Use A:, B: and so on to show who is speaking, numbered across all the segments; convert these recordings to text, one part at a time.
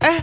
A: 哎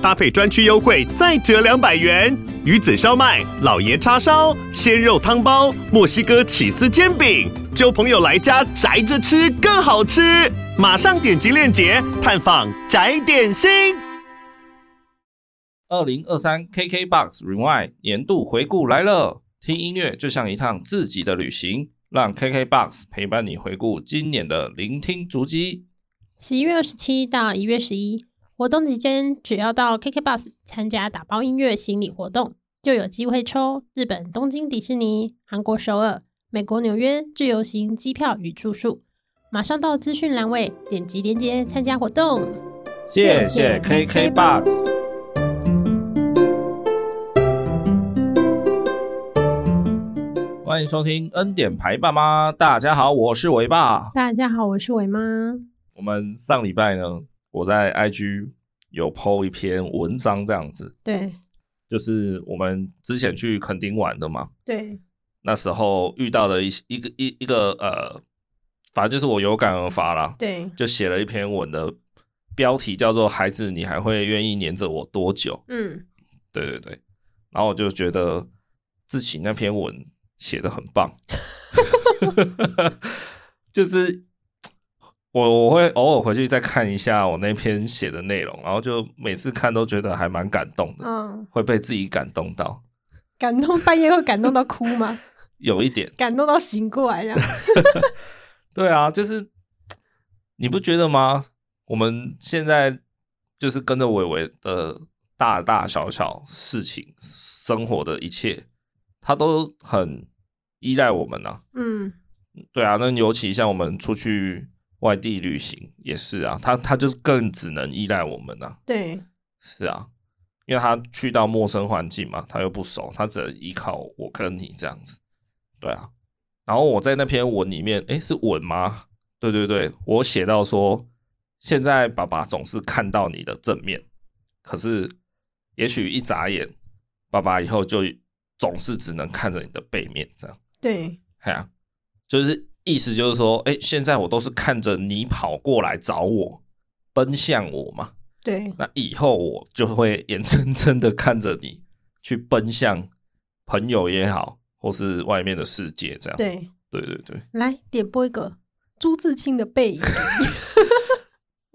A: 搭配专区优惠再折两百元。鱼子烧麦、老爷叉烧、鲜肉汤包、墨西哥起司煎饼，就朋友来家宅着吃更好吃。马上点击链接探访宅点心。
B: 二零二三 KKBOX Rewind 年度回顾来了，听音乐就像一趟自己的旅行，让 KKBOX 陪伴你回顾今年的聆听足迹。
C: 十一月二十七到一月十一，活动期间只要到 KKBOX 参加打包音乐行李活动，就有机会抽日本东京迪士尼、韩国首尔、美国纽约自由行机票与住宿。马上到资讯栏位点击链接参加活动。
B: 谢谢 KKBOX。欢迎收听《恩典牌爸妈》，大家好，我是伟爸。
C: 大家好，我是伟妈。
B: 我们上礼拜呢，我在 IG 有 PO 一篇文章，这样子，
C: 对
B: 就是我们之前去垦丁玩的嘛，
C: 对
B: 那时候遇到的一些一个一一个呃，反正就是我有感而发啦，
C: 对，
B: 就写了一篇文的标题叫做“孩子，你还会愿意黏着我多久
C: 嗯，”。
B: 对对对，然后我就觉得自己那篇文写的很棒， 就是我我会偶尔回去再看一下我那篇写的内容，然后就每次看都觉得还蛮感动的，
C: 嗯，
B: 会被自己感动到
C: 感动半夜会感动到哭吗？
B: 有一点。
C: 感动到醒过来呀？
B: 对啊，就是你不觉得吗？我们现在就是跟着伟伟的大大小小事情、生活的一切，他都很依赖我们啊。
C: 嗯，
B: 对啊，那尤其像我们出去外地旅行也是啊，他他就更只能依赖我们啊。
C: 对
B: 是啊，因为他去到陌生环境嘛，他又不熟，他只能依靠我跟你这样子。对啊，然后我在那篇文里面，诶，是文吗？对对对，我写到说，现在爸爸总是看到你的正面，可是也许一眨眼，爸爸以后就总是只能看着你的背面这样。
C: 对，
B: 哎呀、就是意思就是说，诶，现在我都是看着你跑过来找我，奔向我嘛。
C: 对，
B: 那以后我就会眼睁睁的看着你去奔向朋友也好，或是外面的世界这样。
C: 对，
B: 对对对
C: 来点播一个朱自清的背影。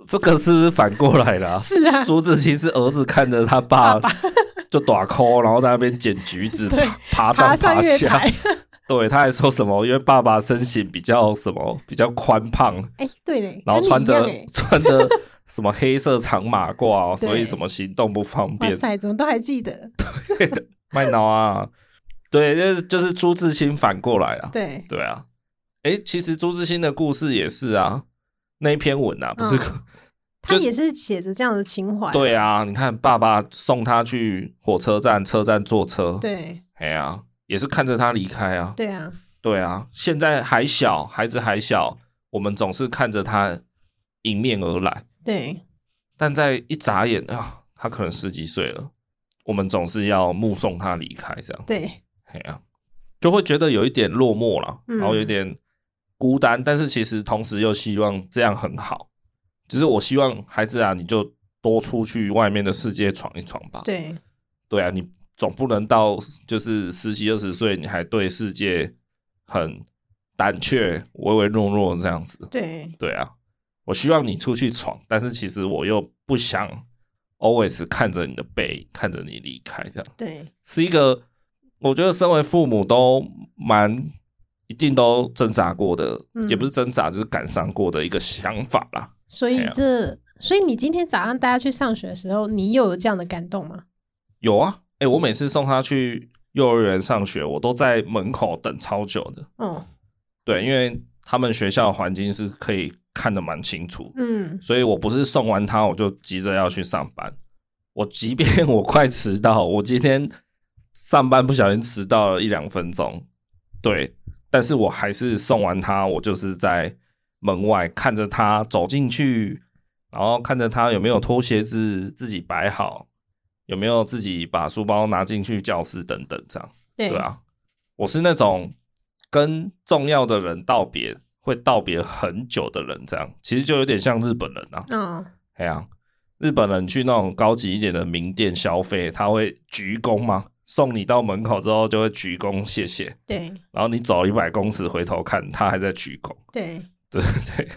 B: 这个是不是反过来的、啊？
C: 是啊，
B: 朱自清是儿子看着他爸就打 call，然后在那边捡橘子
C: 对，
B: 爬上爬
C: 爬上月
B: 下
C: 台。。
B: 对，他还说什么？因为爸爸身形比较什么比较宽胖，
C: 哎，对 嘞，
B: 然后
C: 跟
B: 穿
C: 你一样
B: 着
C: 哎
B: 穿着什么黑色长马褂、哦，所以
C: 对
B: 什么行动不方
C: 哇
B: 便。
C: 塞，怎么都还记得？
B: 卖脑啊！ 对，就是就是朱自清反过来啊。
C: 对，
B: 对啊，诶，其实朱自清的故事也是啊，那一篇文啊，不是、
C: 他
B: 就
C: 也是写着这样的情 怀。
B: 对啊，你看爸爸送他去火车站，车站坐车，，
C: 对
B: 哎呀、也是看着他离开啊。
C: 对啊，
B: 对啊，现在还小，孩子还小，我们总是看着他迎面而来，
C: 对
B: 但在一眨眼啊，他可能十几岁了，我们总是要目送他离开这样。
C: 对
B: 哎呀、就会觉得有一点落寞啦，
C: 嗯
B: 然后有点孤单，但是其实同时又希望这样很好。只是我希望孩子啊，你就多出去外面的世界闯一闯吧。
C: 对
B: 对啊，你总不能到就是十几二十岁，你还对世界很胆怯、唯唯诺诺这样子。
C: 对
B: 对啊，我希望你出去闯，但是其实我又不想 always 看着你的背影，看着你离开这样。
C: 对
B: 是一个，我觉得身为父母都蛮一定都挣扎过的，
C: 嗯
B: 也不是挣扎，就是感伤过的一个想法啦。
C: 所以
B: 哎呀
C: 这，所以你今天早上大家去上学的时候，你又有这样的感动吗？
B: 有啊，哎、我每次送他去幼儿园上学，我都在门口等超久的。
C: 哦，
B: 对，因为他们学校的环境是可以看得蛮清楚，
C: 嗯，
B: 所以我不是送完他我就急着要去上班。我即便我快迟到，我今天上班不小心迟到了一两分钟，对，但是我还是送完他，我就是在门外，看着他走进去，然后看着他有没有脱鞋子自己摆好，有没有自己把书包拿进去教室等等这样。
C: 对
B: 对啊，我是那种跟重要的人道别会道别很久的人，这样其实就有点像日本人啊。
C: 嗯，
B: 哎呀、日本人去那种高级一点的名店消费，他会鞠躬吗？送你到门口之后就会鞠躬谢谢，
C: 对
B: 然后你走一百公尺回头看，他还在鞠躬。
C: 对，
B: 对对，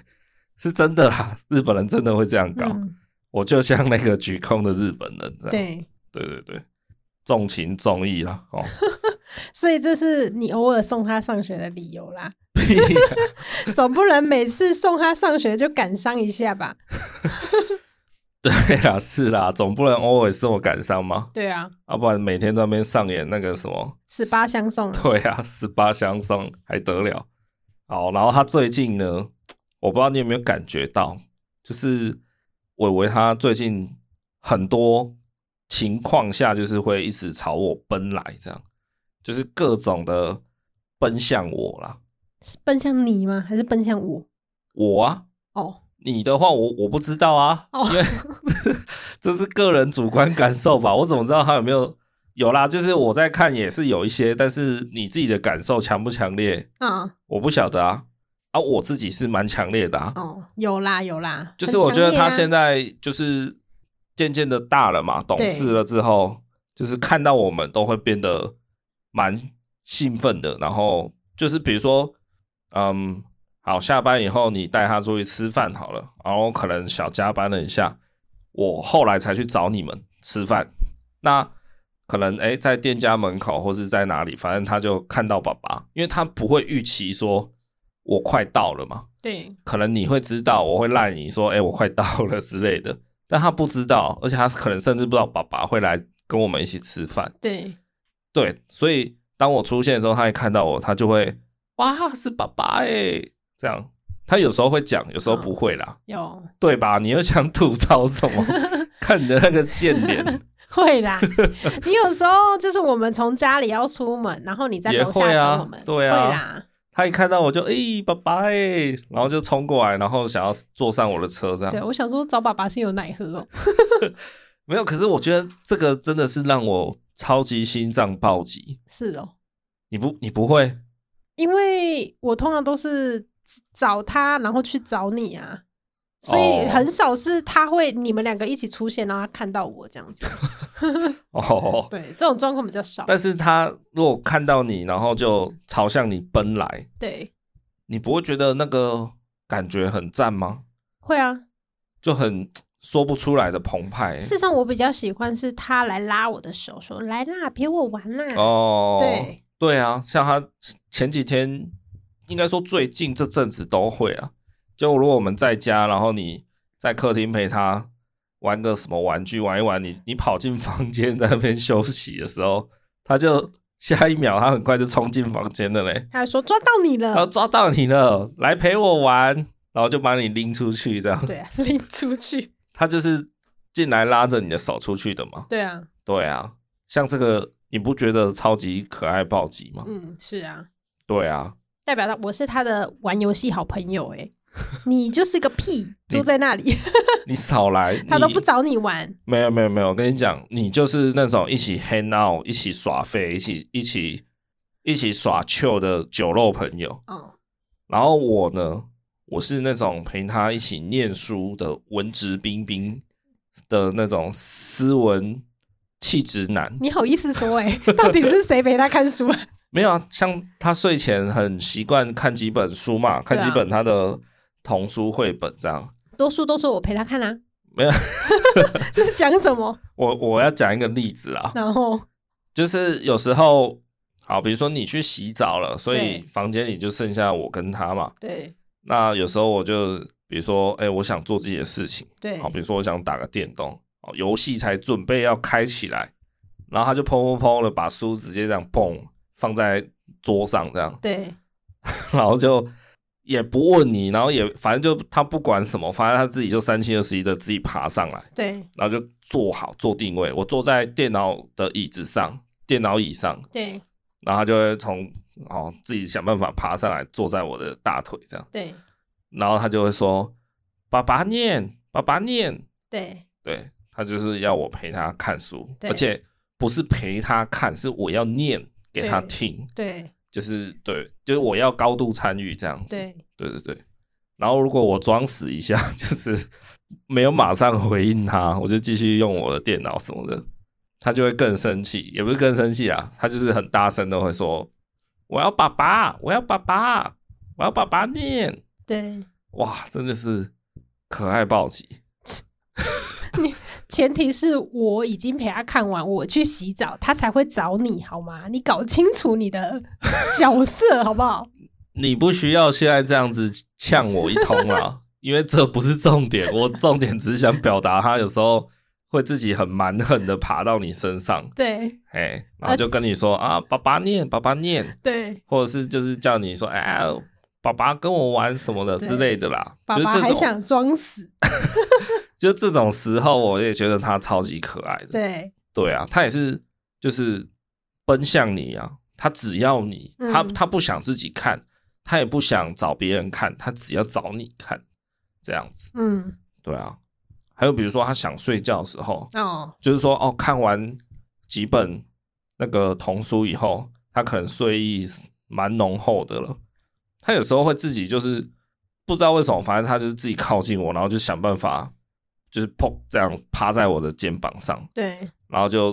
B: 是真的啦， 日本人真的会这样搞。
C: 嗯，
B: 我就像那个鞠躬的日本人这样。
C: 对，
B: 对对对，重情重义啦。 哦，
C: 所以这是你偶尔送他上学的理由啦。总不能每次送他上学就感伤一下吧？
B: 对啦，是啦，总不能 always 这么感伤嘛，
C: 对啊，
B: 要、不然每天在那边上演那个什么，
C: 十八相送啊，
B: 对啊，十八相送还得了？好，然后他最近呢，我不知道你有没有感觉到，就是伟伟他最近很多情况下就是会一直朝我奔来，这样就是各种的奔向我啦。
C: 是奔向你吗？还是奔向我？
B: 我啊，
C: 哦，
B: 你的话我我不知道啊，
C: 哦
B: 因为 这是个人主观感受吧，我怎么知道他有没有？有啦，就是我在看也是有一些，但是你自己的感受强不强烈，
C: 啊、
B: 我不晓得啊。啊，我自己是蛮强烈的啊，
C: 哦，有啦有啦，
B: 就是我觉得他现
C: 在
B: 在就是渐渐的大了嘛，懂事了之后，就是看到我们都会变得蛮兴奋的。然后就是比如说，嗯，好，下班以后你带他出去吃饭好了，然后可能小加班了一下，我后来才去找你们吃饭。那可能诶、在店家门口或是在哪里，反正他就看到爸爸，因为他不会预期说我快到了嘛。
C: 对
B: 可能你会知道，我会赖你说，哎、我快到了之类的，但他不知道，而且他可能甚至不知道爸爸会来跟我们一起吃饭。
C: 对
B: 对，所以当我出现的时候，他一看到我，他就会哇，是爸爸哎、这样。他有时候会讲，有时候不会啦，
C: 有
B: 对吧？你又想吐槽什么？看你的那个贱脸，
C: 会 啦。你有时候就是我们从家里要出门，然后你在
B: 也
C: 楼下
B: 会啊
C: 等我们，
B: 对啊
C: 会啦，
B: 他一看到我就哎、爸爸哎、然后就冲过来，然后想要坐上我的车，这样
C: 对。我想说找爸爸是有奶喝 哦，
B: 没有，可是我觉得这个真的是让我超级心脏暴击。
C: 是哦，
B: 你不你不会
C: 因为我通常都是找他，然后去找你啊，所以
B: 哦
C: 很少是他会你们两个一起出现，然后他看到我这样 子。
B: 哦，
C: 对，这种状况比较少。
B: 但是他如果看到你，然后就朝向你奔来，
C: 对，
B: 你不会觉得那个感觉很赞吗？
C: 会啊。
B: 就很说不出来的澎湃、欸
C: 事实上，我比较喜欢是他来拉我的手，说：“来啦，陪我玩啦。
B: 哦，
C: 对
B: 对啊，像他前几天，应该说最近这阵子都会啊。就如果我们在家，然后你在客厅陪他玩个什么玩具玩一玩，你你跑进房间 在那边休息的时候，他就下一秒他很快就冲进房间了嘞。
C: 他还说：“抓到你
B: 然后
C: 了。
B: 抓到你了，来陪我玩，然后就把你拎出去，这”样。
C: 对啊， 拎出去。
B: 他就是进来拉着你的手出去的嘛。
C: 对啊，
B: 对啊，像这个你不觉得超级可爱暴击吗？
C: 嗯，是啊，
B: 对啊，
C: 代表他我是他的玩游戏好朋友、欸。你就是个 屁，坐在那里，
B: 你少来，
C: 他都
B: 你
C: 不找你玩。
B: 没有没有没有，我跟你讲，你就是那种一起 hang out、一起耍废、一起一起一起耍 chill 的酒肉朋友。
C: 哦，
B: 然后我呢，我是那种陪他一起念书的文质彬彬的那种斯文气质男。
C: 你好意思说、欸？ 哎，到底是谁陪他看书啊？
B: 没有啊，像他睡前很习惯看几本书嘛，看几本他的童书绘本这样。
C: 多数都是我陪他看啊。
B: 没有，
C: 那 讲什么？
B: 我我要讲一个例子啊，
C: 然后
B: 就是有时候，好，比如说你去洗澡了，所以
C: 对
B: 房间里就剩下我跟他嘛。
C: 对
B: 那有时候我就，比如说，哎、我想做自己的事情。
C: 对
B: 好，比如说我想打个电动，哦，游戏才准备要开起来，然后他就砰砰砰的把书直接这样砰放在桌上，这样，
C: 对
B: 然后就也不问你，然后也反正就他不管什么，反正他自己就三七二十一的自己爬上来，
C: 对
B: 然后就坐好坐定位，我坐在电脑的椅子上，电脑椅上，
C: 对
B: 然后他就会从哦自己想办法爬上来，坐在我的大腿这样。
C: 对
B: 然后他就会说：“爸爸念，爸爸念。
C: 对”
B: 对他就是要我陪他看书，
C: 对
B: 而且不是陪他看，是我要念给他
C: 对
B: 听，
C: 对
B: 就是对，就是我要高度参与这样子。
C: 对，
B: 对对对。然后如果我装死一下， 就是没有马上回应他，我就继续用我的电脑什么的，他就会更生气，也不是更生气啊，他就是很大声的会说：“我要爸爸，我要爸爸，我要爸爸念。
C: 对，”
B: 哇，真的是可爱暴击。
C: 前提是我已经陪他看完，我去洗澡，他才会找你好吗？你搞清楚 你的角色好不好？
B: 你不需要现在这样子呛我一通啊，因为这不是重点，我重点只是想表达他有时候会自己很蛮横的爬到你身上。
C: 对
B: 哎，然后就跟你说啊，爸爸念，爸爸念，
C: 对，
B: 或者是就是叫你说，哎，爸爸跟我玩什么的
C: 对
B: 之类的啦。
C: 爸爸
B: 就是这
C: 还
B: 种，
C: 想装死，
B: 就这种时候，我也觉得他超级可爱的。
C: 对
B: 对啊，他也是就是奔向你啊，他只要你，他
C: 嗯
B: 他不想自己看，他也不想找别人看，他只要找你看，这样子。
C: 嗯
B: 对啊，还有比如说他想睡觉的时候，
C: 哦
B: 就是说哦，看完几本那个童书以后，他可能睡意蛮浓厚的了。他有时候会自己就是不知道为什么，反正他就是自己靠近我，然后就想办法就是砰这样趴在我的肩膀上，
C: 对
B: 然后就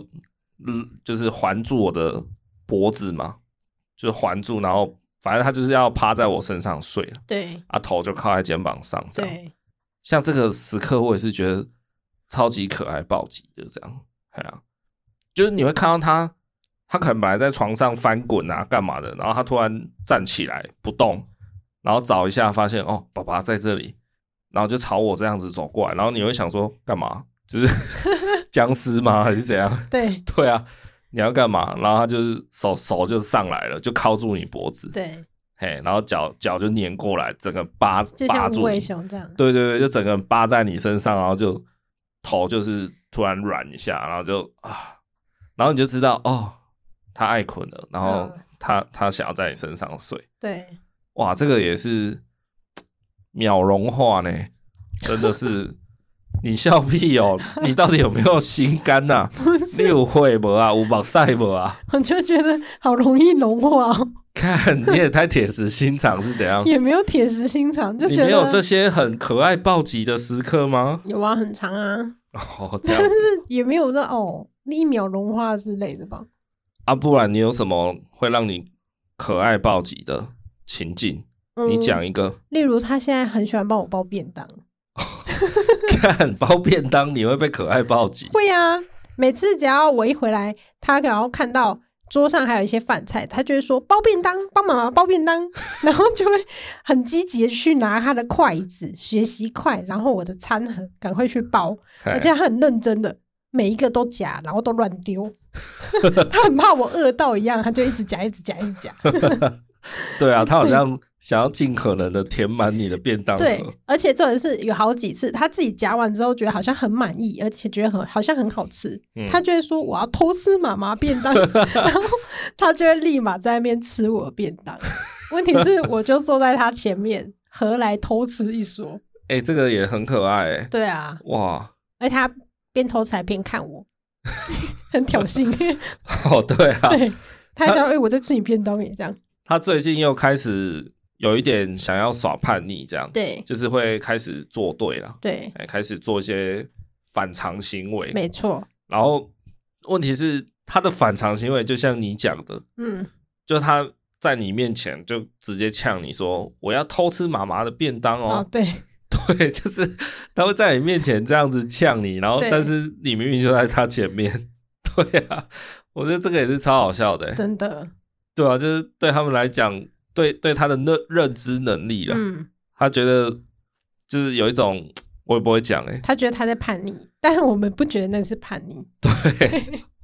B: 嗯就是环住我的脖子嘛，就是环住，然后反正他就是要趴在我身上睡了，
C: 对
B: 啊头就靠在肩膀上这样。
C: 对
B: 像这个时刻，我也是觉得超级可爱暴击的，这样，哎呀、就是你会看到他，他可能本来在床上翻滚啊，干嘛的，然后他突然站起来不动，然后找一下发现哦，爸爸在这里，然后就朝我这样子走过来，然后你会想说干嘛？就是 僵尸吗？还是怎样？
C: 对
B: 对啊，你要干嘛？然后他就是手手就上来了，就铐住你脖子，
C: 对，
B: 嘿，然后脚脚就粘过来，整个扒
C: 就
B: 扒
C: 像无
B: 住
C: 尾
B: 你。
C: 熊这样，
B: 对对对，就整个人扒在你身上，然后就头就是突然软一下，然后就啊，然后你就知道哦，他爱困了，然后
C: 嗯
B: 他、他想要在你身上睡，
C: 对
B: 哇，这个也是秒融化呢，真的是你笑屁哦，你到底有没有心肝呐、你有会不啊？有目塞不啊？
C: 我就觉得好容易融化哦，
B: 看你也太铁石心肠是怎 样？
C: 也没有铁石心肠，就
B: 你
C: 觉得
B: 没有这些很可爱暴击的时刻吗？
C: 有啊，很长啊，
B: 哦，这
C: 但
B: 样子
C: 是也没有那哦一秒融化之类的吧？
B: 啊，不然你有什么会让你可爱暴击的情境？你
C: 嗯
B: 讲一个，
C: 例如他现在很喜欢帮我包便当，
B: 看包便当你会被可爱暴击，
C: 会啊，每次只要我一回来，他然后看到桌上还有一些饭菜，他就会说包便当，帮妈妈包便当， 然后就会很积极的去拿他的筷子、学习筷，然后我的餐盒赶快去包，而且
B: 嘿
C: 他很认真的。每一个都夹，然后都乱丢， 他很怕我饿到一样，他就一直夹，一直夹，一直夹。
B: 对啊，他好像想要尽可能的填满你的便当
C: 对
B: 盒，，
C: 而且重点是有好几次他自己夹完之后觉得好像很满意，而且觉得很好像很好吃，
B: 嗯
C: 他就会说我要偷吃妈妈便当， 然后他就会立马在那边吃我的便当。问题是我就坐在他前面，何来偷吃一说？
B: 哎、这个也很可爱、欸，
C: 对啊，
B: 哇，
C: 而且他边偷吃还边看我， 很挑 衅。
B: 哦，对啊，
C: 对，他还想哎、欸我在吃你便当耶，这样。
B: 他最近又开始有一点想要耍叛逆，这样，
C: 对
B: 就是会开始作对了，
C: 对，
B: 哎、开始做一些反常行为，
C: 没错，
B: 然后问题是他的反常行为，就像你讲的，
C: 嗯，
B: 就他在你面前就直接呛你说我要偷吃妈妈的便当
C: 哦
B: 哦，
C: 对
B: 对，就是他会在你面前这样子呛你，然后
C: 对
B: 但是你明明就在他前面， 对啊，我觉得这个也是超好笑的欸，
C: 真的，
B: 对啊，就是对他们来讲，对对他的认认知能力了，
C: 嗯，
B: 他觉得就是有一种我也不会讲哎，
C: 他觉得他在叛逆， 但是我们不觉得那是叛逆。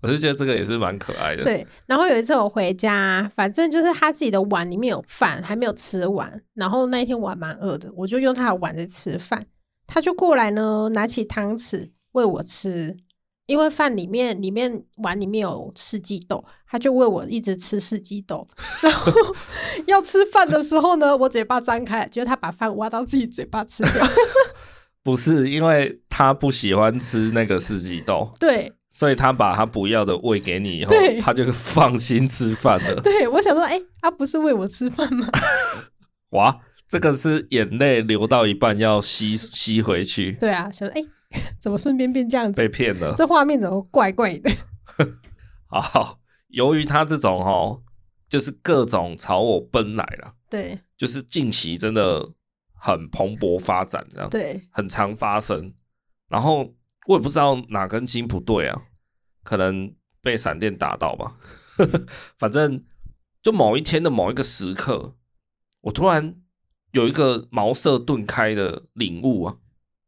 B: 我是觉得这个也是蛮可爱的，
C: 对，然后有一次我回家，反正就是他自己的碗里面有饭还没有吃完，然后那一天我还蛮饿的，我就用他的碗在吃饭，他就过来呢，拿起汤匙喂我吃，因为饭里面里面碗里面有四季豆，他就喂我一直吃四季豆。然后 要吃饭的时候呢，我嘴巴张开，就是他把饭挖到自己嘴巴吃掉。
B: 不是因为他不喜欢吃那个四季豆，
C: 对
B: 所以他把他不要的喂给你以后
C: 对，
B: 他就放心吃饭了。
C: 对，我想说，哎、他不是喂我吃饭吗？
B: 哇，这个是眼泪流到一半要吸吸回去，
C: 对啊，想说，哎、怎么顺便变这样子？
B: 被骗了。
C: 这画面怎么怪怪的？
B: 好，由于他这种哦，就是各种朝我奔来了，
C: 对
B: 就是近期真的很蓬勃发展，这样
C: 对，
B: 很常发生。然后我也不知道哪根筋不对啊，可能被闪电打到吧。 反正就某一天的某一个时刻，我突然有一个茅塞顿开的领悟啊，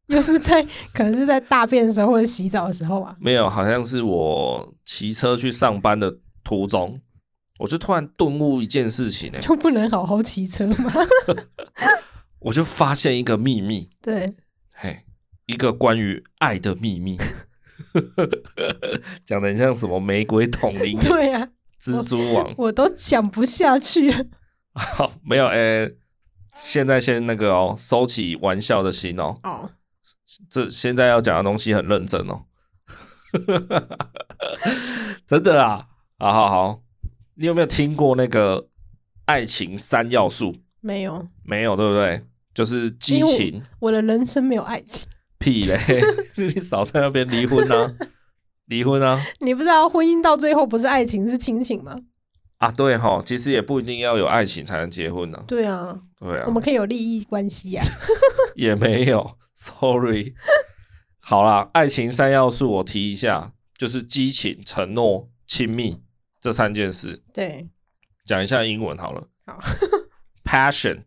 C: 又是在可能是在大便的时候或者洗澡的时候啊。
B: 没有，好像是我骑车去上班的途中，我就突然顿悟一件事情、欸，
C: 就不能好好骑车吗？
B: 我就发现一个秘密，
C: 对，
B: 嘿，一个关于爱的秘密， 讲的很像什么玫瑰桶铃、
C: 对呀、
B: 蜘蛛网，
C: 我都讲不下去了。
B: 好， 没有，诶、现在先那个哦，收起玩笑的心哦，
C: 哦，
B: 这现在要讲的东西很认真哦， 真的啦，好好好，你有没有听过那个爱情三要素？
C: 没有，
B: 没有，对不对？就是激
C: 因为我
B: 情、
C: 我的人生没有爱情。
B: 屁嘞， 你少在那边离婚 啊，离婚啊，
C: 你不知道婚姻到最后不是爱情是亲情吗？
B: 啊，对哈、其实也不一定要有爱情才能结婚呢、
C: 对啊，
B: 对啊
C: 我，们可以有利益关系啊呀、
B: 也没有，sorry。好啦，爱情三要素我提一下，就是激情、承诺、亲密这三件事。
C: 对，
B: 讲一下英文好了。
C: 好
B: ，passion、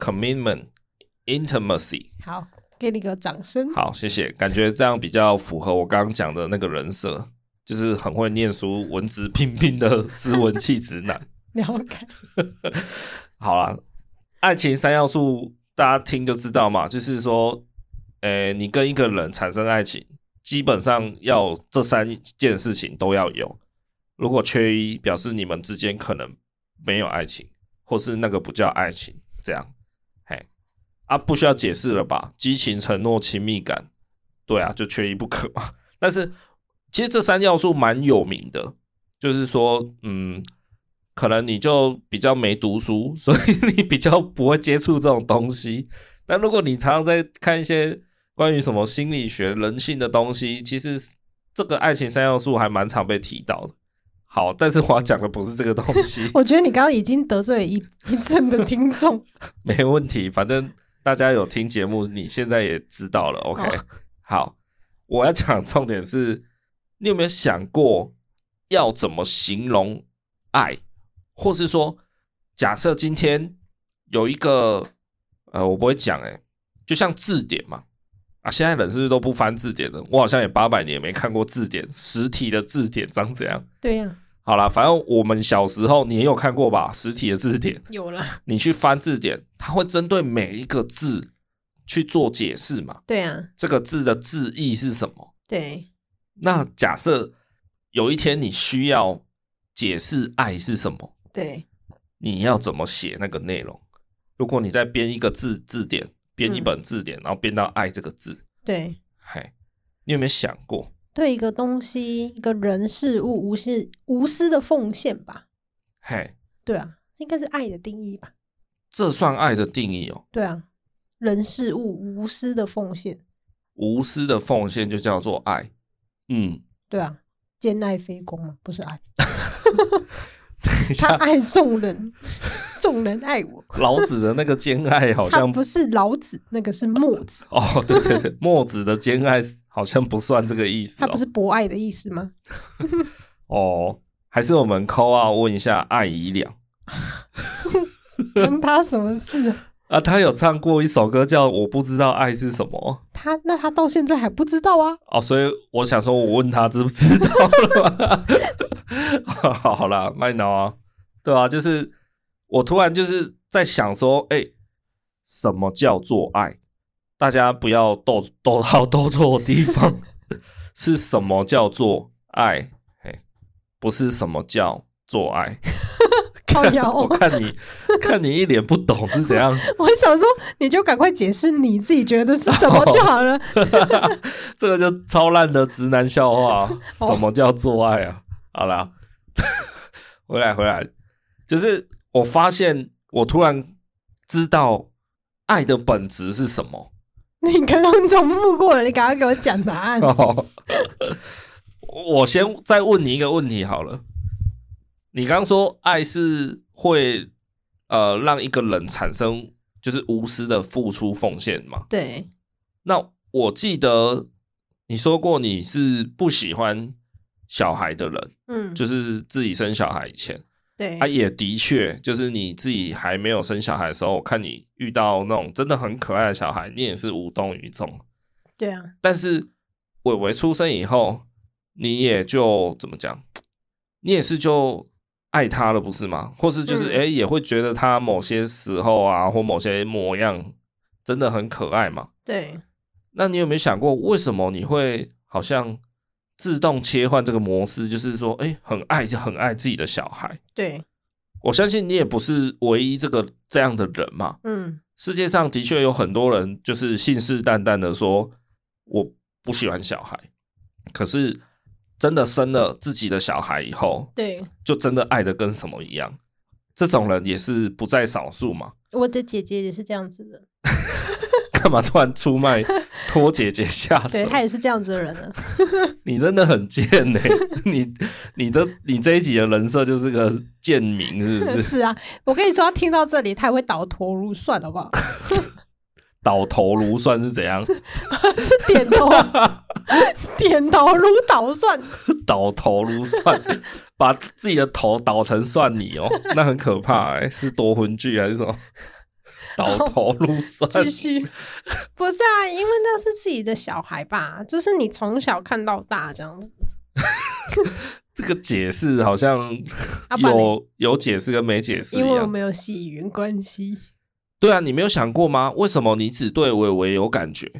B: commitment、intimacy。
C: 好，给你个掌声。
B: 好，谢谢。感觉这样比较符合我刚刚讲的那个人设，就是很会念书、文质彬彬的斯文气质男。
C: 了解。，
B: 好啦，爱情三要素大家听就知道嘛，就是说，诶、你跟一个人产生爱情，基本上要这三件事情都要有，如果缺一，表示你们之间可能没有爱情，或是那个不叫爱情，这样，嘿，啊，不需要解释了吧？激情、承诺、亲密感，对啊，就缺一不可嘛。但是其实这三要素蛮有名的，就是说，嗯，可能你就比较没读书，所以 你比较不会接触这种东西。但如果你常常在看一些关于什么心理学、人性的东西，其实这个爱情三要素还蛮常被提到的。好，但是我要讲的不是这个东西
C: 我觉得你刚刚已经得罪了一一阵的听众。
B: 没问题，反正大家有听节目，你现在也知道了。OK，、
C: 哦
B: 好，我要讲的重点是，你有没有想过要怎么形容爱，或是说，假设今天有一个，呃，我不会讲，诶，就像字典嘛，啊，现在人是不是都不翻字典了？我好像也八百年也没看过字典，实体的字典长怎样？
C: 对啊呀、
B: 好啦，反正我们小时候你也有看过吧，实体的字典。
C: 有啦，
B: 你去翻字典，它会针对每一个字去做解释嘛？
C: 对呀、
B: 这个字的字义是什么？
C: 对，
B: 那假设有一天你需要解释爱是什么，
C: 对，
B: 你要怎么写那个内容？如果你再编一个字字典，编一本字典，然后编到爱这个字，
C: 对，
B: 嗨，你有没有想过？
C: 对一个东西、一个人、事物，无私无私的奉献吧。
B: 嘿，
C: 对啊，这应该是爱的定义吧。
B: 这算爱的定义哦，
C: 对啊，人事物无私的奉献，
B: 无私的奉献就叫做爱。嗯，
C: 对啊，兼爱非攻嘛，不是爱，
B: 等一
C: 他
B: 下，
C: 爱众人，众人爱我。
B: 老子的那个兼爱好
C: 他
B: 像
C: 不是老子，那个是墨子，
B: 哦，对对对，墨子的兼爱好像不算这个意思、
C: 他
B: 哦。
C: 不是博爱的意思 吗？
B: 哦，还是我们扣啊问一下爱姨良
C: 关他什么事啊？
B: 啊，他有唱过一首歌叫《我不知道爱是什么
C: 他那他到现在还不知道 啊》。
B: 哦，所以我想说，我问他知不知道了吗？ 好啦，麦脑啊，对啊，就是我突然就是在想说，哎、什么叫做爱？大家不要斗斗到斗错地方。是什么叫做爱，嘿，不是什么叫做爱。
C: 靠腰
B: 我
C: 哦，
B: 看你，看你一脸不懂是怎样，
C: 我想说你就赶快解释你自己觉得是什么就好了。
B: 这个就超烂的直男笑话啊。
C: 哦
B: 什么叫做爱啊？好啦， 回来回来，就是我发现我突然知道爱的本质是什么。
C: 你刚刚重复过了，你赶快给我讲答案。
B: 哦， 我先再问你一个问题好了。你刚说爱是会呃让一个人产生就是无私的付出奉献嘛？
C: 对，
B: 那我记得你说过你是不喜欢小孩的人，
C: 嗯，
B: 就是自己生小孩以前，
C: 对
B: 啊，，也的确，就是你自己还没有生小孩的时候，我看你遇到那种真的很可爱的小孩，你也是无动于衷。
C: 对啊，
B: 但是伟伟出生以后，你也就怎么讲，你也是就爱他了，不是吗？或是就是
C: 嗯
B: 诶，也会觉得他某些时候啊，或某些模样真的很可爱嘛。
C: 对，
B: 那你有没有想过，为什么你会好像自动切换这个模式？就是说，诶，很爱就很爱自己的小孩。
C: 对，
B: 我相信你也不是唯一这个这样的人嘛。
C: 嗯，
B: 世界上的确有很多人就是信誓旦旦的说我不喜欢小孩，可是真的生了自己的小孩以后，
C: 对，
B: 就真的爱的跟什么一样。这种人也是不在少数嘛。
C: 我的姐姐也是这样子的，
B: 干嘛突然出卖拖姐姐下
C: 对
B: 水？
C: 她也是这样子的人啊了。
B: 你真的很贱呢、 你你的你这一集的人设就是个贱民， 是不是？
C: 是啊，我跟你说，她听到这里，她也会倒头如蒜，好不 好？
B: 倒头如蒜是怎样？
C: 是点 头，点头如捣蒜。
B: 哎倒头如蒜， 把自己的头倒成蒜泥哦，那很可怕哎、是夺魂锯还是什么？倒头如蒜，
C: 继续，不是啊，因为那是自己的小孩吧，就是你从小看到大这样子。
B: 这个解释好像
C: 啊不然嘞
B: 有有解释跟没解释
C: 因
B: 一
C: 为我
B: 样。
C: 们有血缘关系，
B: 对啊，你没有想过吗？为什么你只对伟伟有感觉，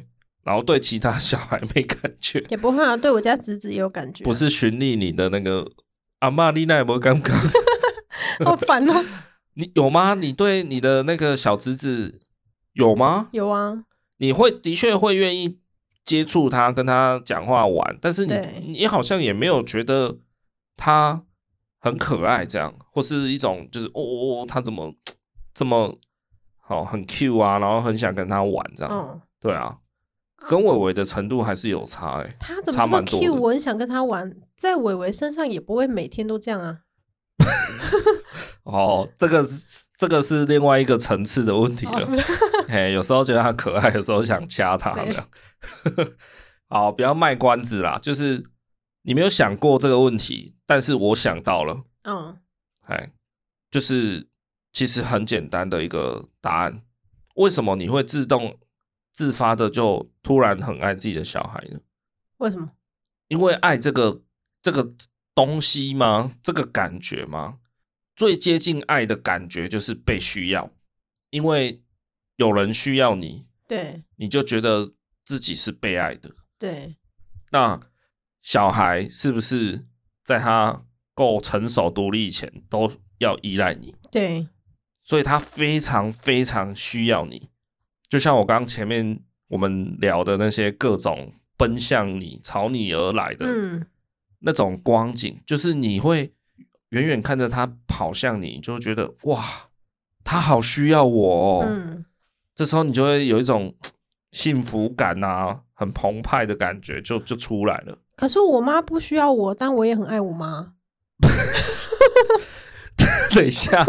B: 然后对其他小孩没感觉？
C: 也不会啊，对我家侄子也有感觉啊、
B: 不是寻觅你的那个阿玛丽奈博 刚刚，
C: 好烦哦、
B: 你有吗？你对你的那个小侄子有吗？
C: 有啊，
B: 你会的确会愿意接触他，跟他讲话玩，但是
C: 对
B: 你你好像也没有觉得他很可爱，这样或是一种就是哦哦哦，他怎么这么好、很 Q 啊，然后很想跟他玩这样，
C: 嗯，
B: 对啊，跟伟伟的程度还是有差哎、
C: 他怎
B: 差
C: 么这么
B: 蛮多
C: Q？
B: 的
C: 我很想跟他玩，在伟伟身上也不会每天都这样啊。
B: 哦，这个是这个是另外一个层次的问题了
C: 哦，，是
B: 哎，有时候觉得他可爱，有时候想掐他这
C: 对
B: 样。好，不要卖关子啦，就是你没有想过这个问题，但是我想到了，
C: 嗯，
B: 哎，就是其实很简单的一个答案，为什么你会自动自发的就突然很爱自己的小孩呢？
C: 为什么？
B: 因为爱这个这个东西吗？这个感觉吗？最接近爱的感觉就是被需要，因为有人需要你，
C: 对
B: 你就觉得自己是被爱的。
C: 对，
B: 那小孩是不是在他够成熟独立以前都要依赖你？
C: 对，
B: 所以他非常非常需要你。就像我刚刚前面我们聊的那些各种奔向你、朝你而来的
C: 嗯，
B: 那种光景，就是你会远远看着他跑向你，你就会觉得哇，他好需要我、哦。
C: 嗯，
B: 这时候你就会有一种幸福感啊，很澎湃的感觉就就出来了。
C: 可是我妈不需要我，但我也很爱我妈。
B: 等一下，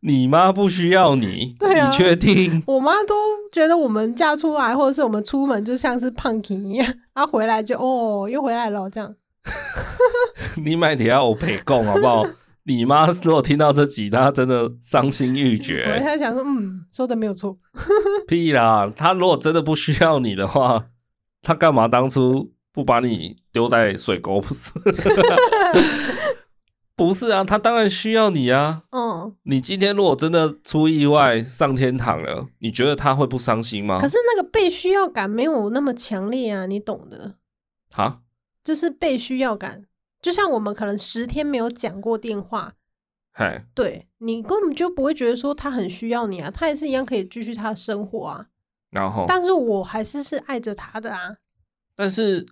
B: 你妈不需要你，
C: 对啊
B: 你确定？
C: 我妈都觉得我们嫁出来，或者是我们出门就像是胖婷一样，她回来就哦又回来了这样。
B: 你买铁要我陪供好不好？ 你妈如果听到这集，她真的伤心欲
C: 我
B: 绝。
C: 在想说，嗯，说的没有错，
B: 屁啦！她如果真的不需要你的话，她干嘛当初不把你丢在水沟？ 不是，不是啊，她当然需要你啊。
C: 嗯。
B: 你今天如果真的出意外上天堂了，你觉得他会不伤心吗
C: 啊可？是那个被需要感没有那么强烈啊，你懂的。
B: 啊，
C: 就是被需要感。就像我们可能十天没有讲过电话，
B: 嗨，
C: 对你根本就不会觉得说他很需要你啊，他也是一样可以继续他的生活啊。
B: 然后
C: 但是我还是是爱着他的啊，
B: 但是，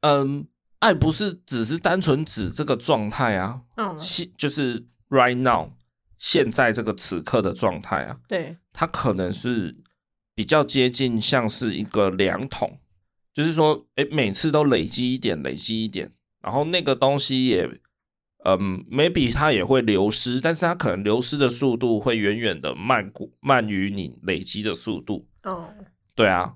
B: 嗯，爱不是只是单纯指这个状态啊，
C: 嗯，
B: 现就是 right now 现在这个此刻的状态啊，
C: 对，
B: 它可能是比较接近像是一个量筒，就是说，诶，每次都累积一点，累积一点，然后那个东西也，嗯，maybe 它也会流失，但是它可能流失的速度会远远的慢过慢于你累积的速度，
C: 哦，
B: 对啊，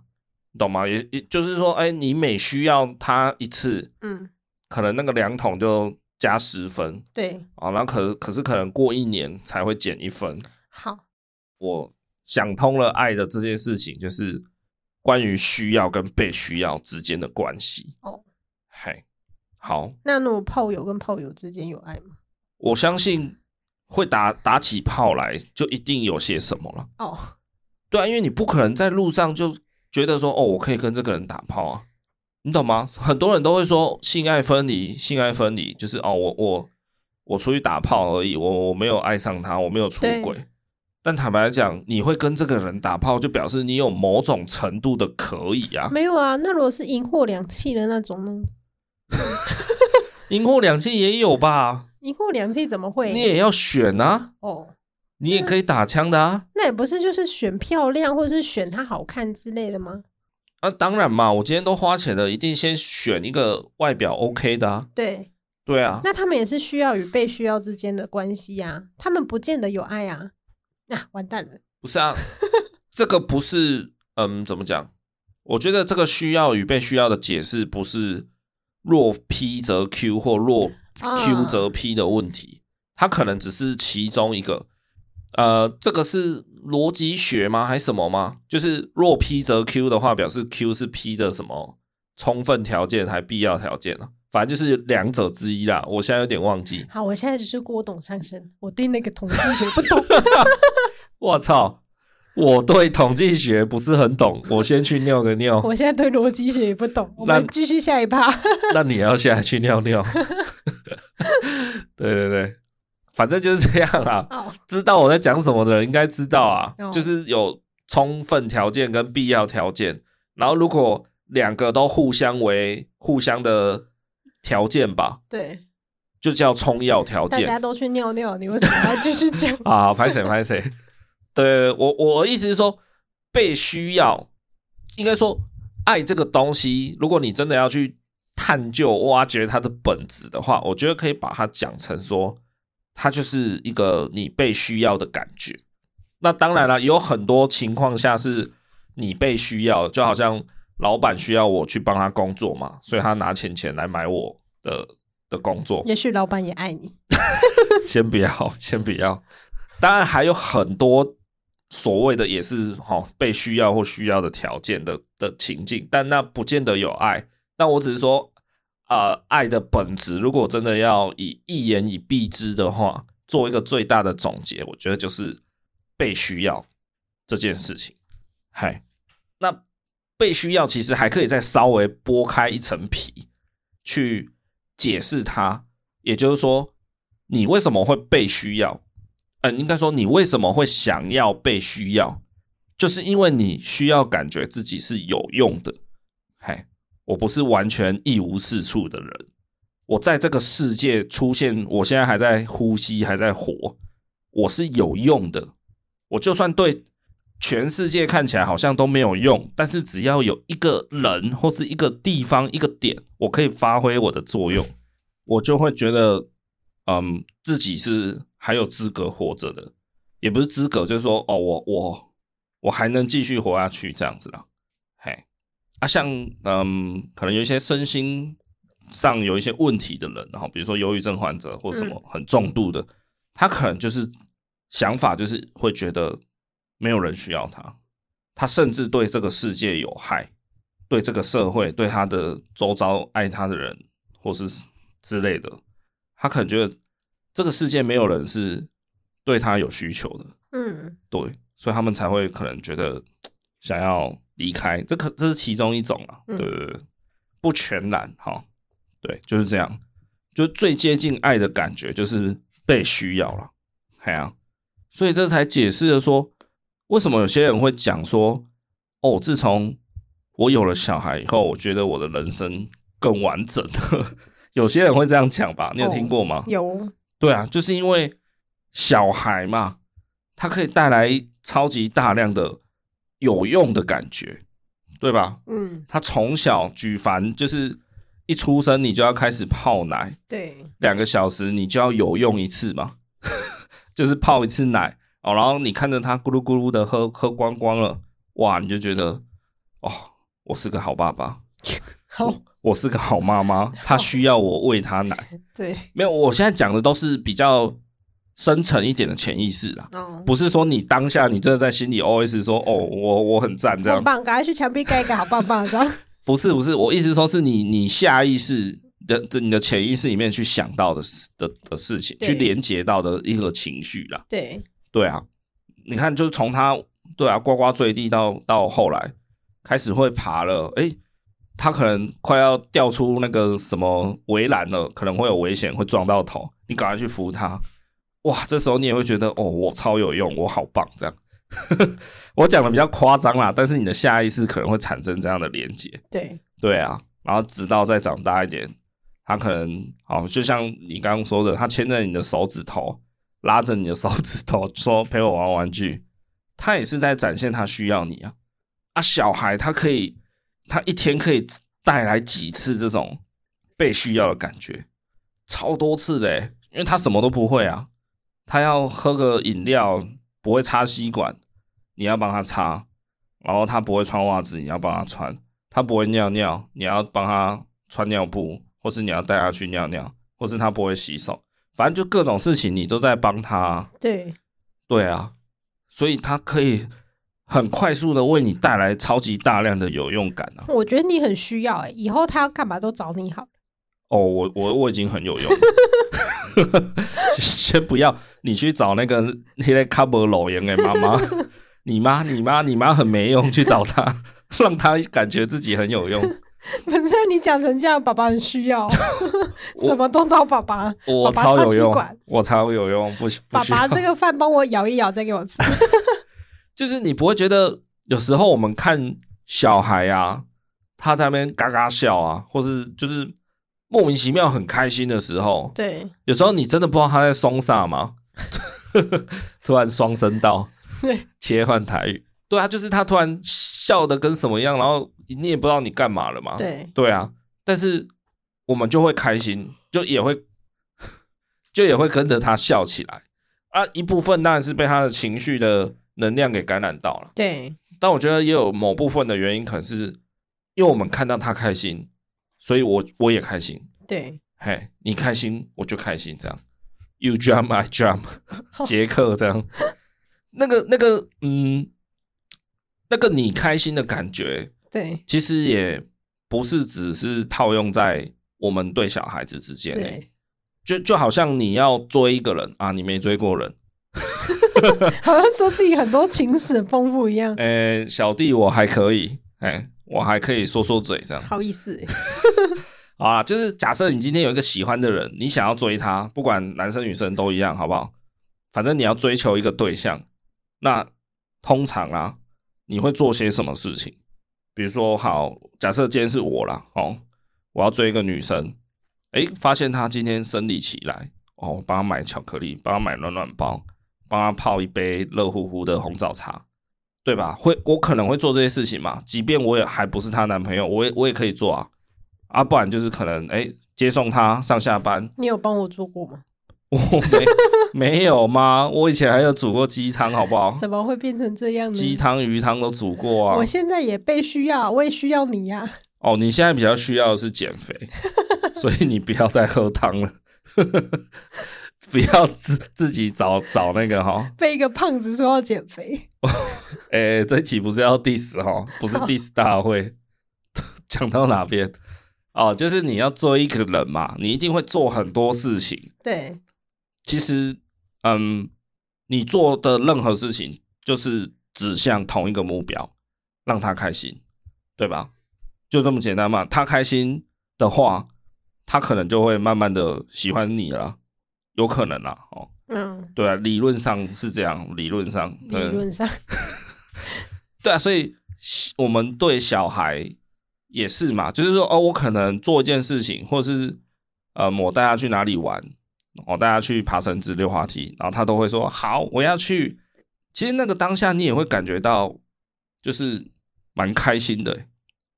B: 你懂吗？也也就是说，哎，你每需要它一次，
C: 嗯，
B: 可能那个量筒就加十分
C: 对，
B: 啊、哦然后可可是可能过一年才会减一分。
C: 好，
B: 我想通了爱的这件事情，就是关于需要跟被需要之间的关系。
C: 哦，
B: 嘿，好，
C: 那如果炮友跟炮友之间有爱吗？
B: 我相信会打打起炮来，就一定有些什么了。
C: 哦，
B: 对啊，因为你不可能在路上就觉得说，哦，我可以跟这个人打炮啊，你懂吗？很多人都会说性爱分离，性爱分离就是哦，我我我出去打炮而已，我我没有爱上他，我没有出轨
C: 对。
B: 但坦白讲，你会跟这个人打炮，就表示你有某种程度的可以啊。
C: 没有啊，那如果是银货两气的那种呢？
B: 赢货两期也有吧，
C: 银货两气怎么
B: 你
C: 会？
B: 也要选啊，
C: 哦，
B: 你也可以打枪的啊。
C: 那也不是就是选漂亮或者是选她好看之类的吗？
B: 啊，当然嘛，我今天都花钱了，一定先选一个外表 OK 的啊。
C: 对，
B: 对啊，
C: 那他们也是需要与被需要之间的关系啊，他们不见得有爱啊。啊，完 蛋了，
B: 不是啊，这个不是，嗯，怎么讲？我觉得这个需要与被需要的解释不是若 P 则 Q 或若
C: 啊
B: Q 则 P 的问题，它可能只是其中一个。呃，这个是逻辑学吗？还是什么吗？就是若 P 则 Q 的话，表示 Q 是 P 的什么充分条件还必要条件啊？反正就是两者之一啦。我现在有点忘记。
C: 好，我现在就是郭董上身，我对那个统计学不懂。
B: 我操！我对统计学不是很懂，我先去尿个尿。
C: 我现在对逻辑学也不懂，我
B: 那
C: 们继续下一趴。
B: 那你要下去尿尿。 对对对，反正就是这样啊。
C: 哦，
B: 知道我在讲什么的人应该知道啊
C: 哦，
B: 就是有充分条件跟必要条件，然后如果两个都互相为互相的条件吧，
C: 对，
B: 就叫充要条
C: 大家
B: 件？
C: 都去尿尿，你为什么要继续讲
B: 啊。拍谁拍谁？对我我的意思是说，被需要，应该说爱这个东西，如果你真的要去探究、挖掘它的本质的话，我觉得可以把它讲成说，它就是一个你被需要的感觉。那当然了，有很多情况下是你被需要，就好像老板需要我去帮他工作嘛，所以他拿钱钱来买我的的工作。
C: 也许老板也爱你。
B: 先不要，先不要。当然还有很多所谓的也是哈、哦、被需要或需要的条件的的情境，但那不见得有爱。但我只是说，呃，爱的本质，如果真的要以一言以蔽之的话，做一个最大的总结，我觉得就是被需要这件事情。嗨，那被需要其实还可以再稍微剥开一层皮去解释它，也就是说，你为什么会被需要？嗯、应该说你为什么会想要被需要，就是因为你需要感觉自己是有用的。嗨，我不是完全一无是处的人，我在这个世界出现，我现在还在呼吸，还在活，我是有用的。我就算对全世界看起来好像都没有用，但是只要有一个人或是一个地方、一个点，我可以发挥我的作用，我就会觉得，嗯，自己是还有资格活着的，也不是资格，就是说，哦，我我我还能继续活下去这样子啦。嘿，啊，像嗯，可能有一些身心上有一些问题的人，然后比如说忧郁症患者或什么很重度的，他可能就是想法就是会觉得没有人需要他，他甚至对这个世界有害，对这个社会，对他的周遭爱他的人或是之类的，他可能觉得这个世界没有人是对他有需求的，
C: 嗯，
B: 对，所以他们才会可能觉得想要离开，这可这是其中一种啊，
C: 嗯
B: 对对对，不全然哈。对，就是这样，就最接近爱的感觉就是被需要了，哎呀、所以这才解释了说，为什么有些人会讲说，哦，自从我有了小孩以后，我觉得我的人生更完整了。 有些人会这样讲吧？你有听过吗？
D: 有
B: 对啊，就是因为小孩嘛，他可以带来超级大量的有用的感觉，对吧？
D: 嗯，
B: 他从小举凡就是一出生你就要开始泡奶，
D: 对，
B: 两个小时你就要有用一次嘛， 就是泡一次奶哦，然后你看着他咕噜咕噜的喝喝光光了，哇，你就觉得哦，我是个好爸爸，
D: 好，
B: 我是个好妈妈，他需要我喂他奶。
D: 对，
B: 没有，我现在讲的都是比较深层一点的潜意识啦，
D: 哦，
B: 不是说你当下你真的在心里 OS 说哦，我我很赞这样
D: 棒，棒，赶快去墙壁盖一个好棒棒， 这样，
B: 不是不是，我意思说是你你下意识的的你的潜意识里面去想到的事的的事情，
D: 对
B: 去连接到的一个情绪啦。
D: 对，
B: 对啊，你看，就是从他对啊呱呱坠地到到后来开始会爬了，诶，他可能快要掉出那个什么围栏了，可能会有危险，会撞到头，你赶快去扶他。哇，这时候你也会觉得哦，我超有用，我好棒，这样。 我讲的比较夸张啦，但是你的下意识可能会产生这样的连接。
D: 对，
B: 对啊，然后直到再长大一点，他可能好，就像你刚刚说的，他牵着你的手指头，拉着你的手指头说陪我玩玩具，他也是在展现他需要你啊。啊，小孩他可以，他一天可以带来几次这种被需要的感觉，超多次的欸、因为他什么都不会啊，他要喝个饮料不会插吸管，你要帮他插，然后他不会穿袜子，你要帮他穿。他不会尿尿，你要帮他穿尿布，或是你要带他去尿尿，或是他不会洗手，反正就各种事情你都在帮他。
D: 对，
B: 对啊，所以他可以很快速的为你带来超级大量的有用感啊！
D: 我觉得你很需要、欸，以后他要干嘛都找你好，
B: 哦，我我我已经很有用了。 先不要，你去找那个那些 cover 老人的妈妈，你妈你妈你妈很没用，去找她，让她感觉自己很有 用。
D: 不是啊你讲成这样，爸爸很需 要，什么都找爸爸，
B: 我
D: 爸爸
B: 超
D: 插
B: 有
D: 吸
B: 用
D: 管，
B: 我超有用，不需不
D: 爸
B: 需要
D: 爸这个饭帮我舀一舀再给我 吃，
B: 就是你不会觉得有时候我们看小孩啊，他在那边嘎嘎笑啊，或是就是莫名其妙很开心的时候，
D: 对
B: 有时候你真的不知道他在松 啥吗？突然双声道
D: 对，
B: 切换台语，对啊，就是他突然笑的跟什么样，然后你也不知道你干嘛了嘛，
D: 对
B: 对啊，但是我们就会开心，就也会 就也会跟着他笑起来啊。一部分当然是被他的情绪的能量给感染到了，
D: 对
B: 但我觉得也有某部分的原因，可能是因为我们看到他开心，所以我我也开心。
D: 对，
B: 嘿，你开心我就开心，这样。You jump, I jump，杰 克这样。那个那个，嗯，那个你开心的感觉，
D: 对
B: 其实也不是只是套用在我们对小孩子之间、欸，
D: 对，
B: 就就好像你要追一个人啊，你没追过人，
D: 好像说自己很多情史很丰富一样，
B: 诶、欸小弟我还可以，诶、我还可以说说嘴这样
D: 好意思、欸，
B: 好啊。就是假设你今天有一个喜欢的人，你想要追他，不管男生女生都一样，好不好？反正你要追求一个对象，那通常啊，你会做些什么事情？比如说，好，假设今天是我啦，哦，我要追一个女生，诶，发现她今天生理期来，哦，我帮她买巧克力，帮她买暖暖包，帮她泡一杯热乎乎的红枣茶，对吧？会，我可能会做这些事情嘛，即便我也还不是她男朋友，我也我也可以做啊，啊，不然就是可能诶，接送她上下班，
D: 你有帮我做过吗？
B: 我 没没有吗？我以前还有煮过鸡汤，好不好？
D: 怎么会变成这样呢？
B: 哦鸡汤、鱼汤都煮过啊
D: 我。现在也被需要，我也需要你呀、
B: 哦，你现在比较需要的是减肥，所以你不要再喝汤了， 不要自自己找找那个哈。
D: 被一个胖子说要减肥，
B: 诶、这期不是要 diss 哈，不是 diss 大会， 讲到哪边？哦，就是你要追一个人嘛，你一定会做很多事情。
D: 对
B: 其实，嗯，你做的任何事情就是指向同一个目标，让他开心，对吧？就这么简单嘛。他开心的话，他可能就会慢慢的喜欢你了，有可能啦，哦，
D: 嗯，
B: 对啊，理论上是这样，理论上，
D: 理
B: 对
D: 论上，
B: 对啊，所以我们对小孩也是嘛，就是说哦，我可能做一件事情，或是呃，我带他去哪里玩，我带他去爬绳子、溜滑梯，然后他都会说好，我要去。其实那个当下你也会感觉到，就是蛮开心的，欸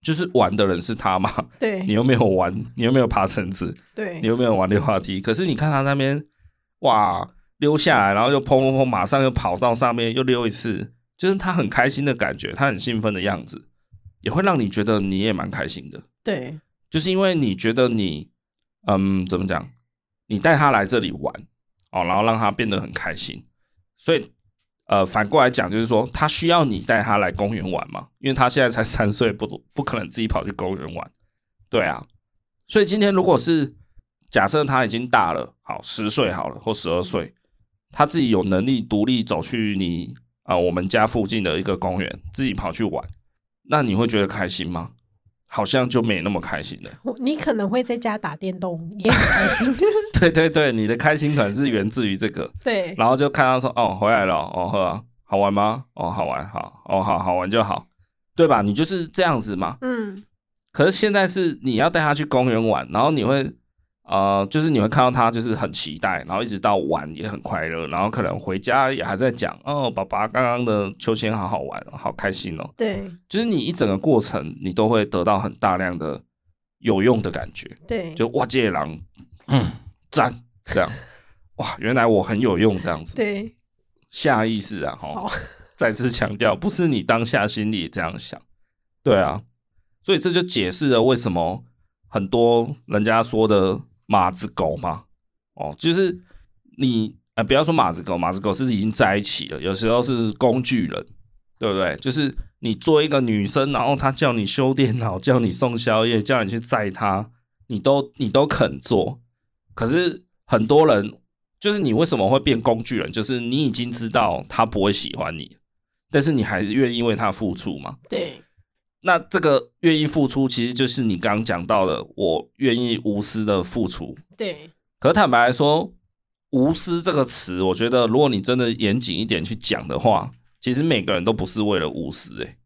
B: 就是玩的人是他嘛， 你
D: 对
B: 又没有玩，你又没有爬绳子，
D: 对
B: 你，有没有玩溜滑梯？可是你看他那边，哇，溜下来，然后又砰砰砰，马上又跑到上面，又溜一次，就是他很开心的感觉，他很兴奋的样子，也会让你觉得你也蛮开心的。
D: 对
B: 就是因为你觉得你，嗯，怎么讲？你带他来这里玩哦，然后让他变得很开心，所以。呃，反过来讲，就是说他需要你带他来公园玩嘛，因为他现在才三岁，不不可能自己跑去公园玩，对啊。所以今天如果是假设他已经大了，好十岁好了，或十二岁，他自己有能力独立走去你啊、呃我们家附近的一个公园，自己跑去玩，那你会觉得开心吗？好像就没那么开心了。
D: 我你可能会在家打电动，也很开 心。
B: 对对对，你的开心可能是源自于这个，
D: 对
B: 然后就看到说哦回来了，哦呵、啊，好玩吗？哦好玩，好，哦好好玩就好，对吧？你就是这样子嘛。
D: 嗯，
B: 可是现在是你要带他去公园玩，然后你会呃，就是你会看到他就是很期待，然后一直到玩也很快乐，然后可能回家也还在讲哦，爸爸刚刚的秋千好好玩哦，好开心哦。
D: 对
B: 就是你一整个过程，你都会得到很大量的有用的感觉，
D: 对
B: 就哇这狼，嗯，赞这样，哇，原来我很有用这样子。
D: 对
B: 下意识啊，哈
D: 好，
B: 再次强调，不是你当下心里这样想，对啊，所以这就解释了为什么很多人家说的马子狗嘛，哦，就是你啊、呃不要说马子狗，马子狗是已经在一起了，有时候是工具人，对不对？就是你做一个女生，然后她叫你修电脑， 叫你送宵夜，叫你去载她，你都你都肯做，可是很多人就是你为什么会变工具人？就是你已经知道他不会喜欢你，但是你还愿意为他付出嘛？
D: 对
B: 那这个愿意付出，其实就是你刚刚讲到的，我愿意无私的付出。
D: 对
B: 可是坦白来说，无私这个词，我觉得如果你真的严谨一点去讲的话，其实每个人都不是为了无私、欸，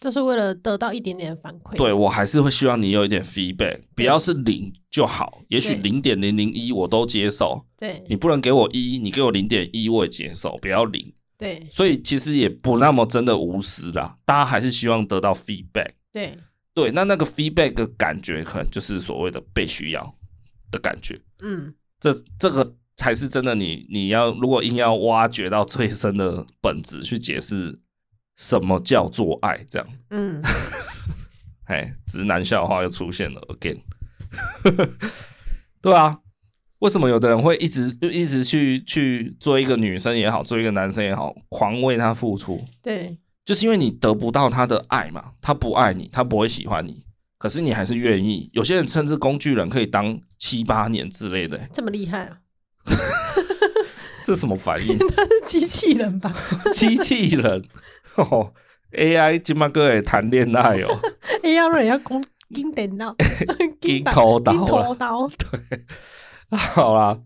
C: 都是为了得到一点点反馈。
B: 对我还是会希望你有一点 feedback，不要是零就好，也许
D: 对
B: 零点零零一我都接受，
D: 对
B: 你不能给我一，你给我零点一我也接受，不要零。
D: 对
B: 所以其实也不那么真的无私啦，大家还是希望得到 feedback。
D: 对，
B: 对，那那个 feedback 的感觉，可能就是所谓的被需要的感觉。
D: 嗯，
B: 这这个才是真的你，你要如果硬要挖掘到最深的本质去解释什么叫做爱，这样，
D: 嗯，
B: 哎，直男笑话又出现了 again。对啊，为什么有的人会一直一直去去做一个女生也好，做一个男生也好，狂为他付出？
D: 对
B: 就是因为你得不到他的爱嘛，他不爱你，他不会喜欢你，可是你还是愿意。有些人甚至工具人可以当七八年之类的、
D: 这么厉害啊，
B: 这什么反
D: 是
B: 应？
D: 机器人 吧？
B: 机器人哦，AI 金马哥也谈恋爱哦，
D: 哎呀，人要攻金电 脑，
B: 金
D: 打
B: 头刀啊
D: 金
B: 了
D: 头。刀，
B: 好啦，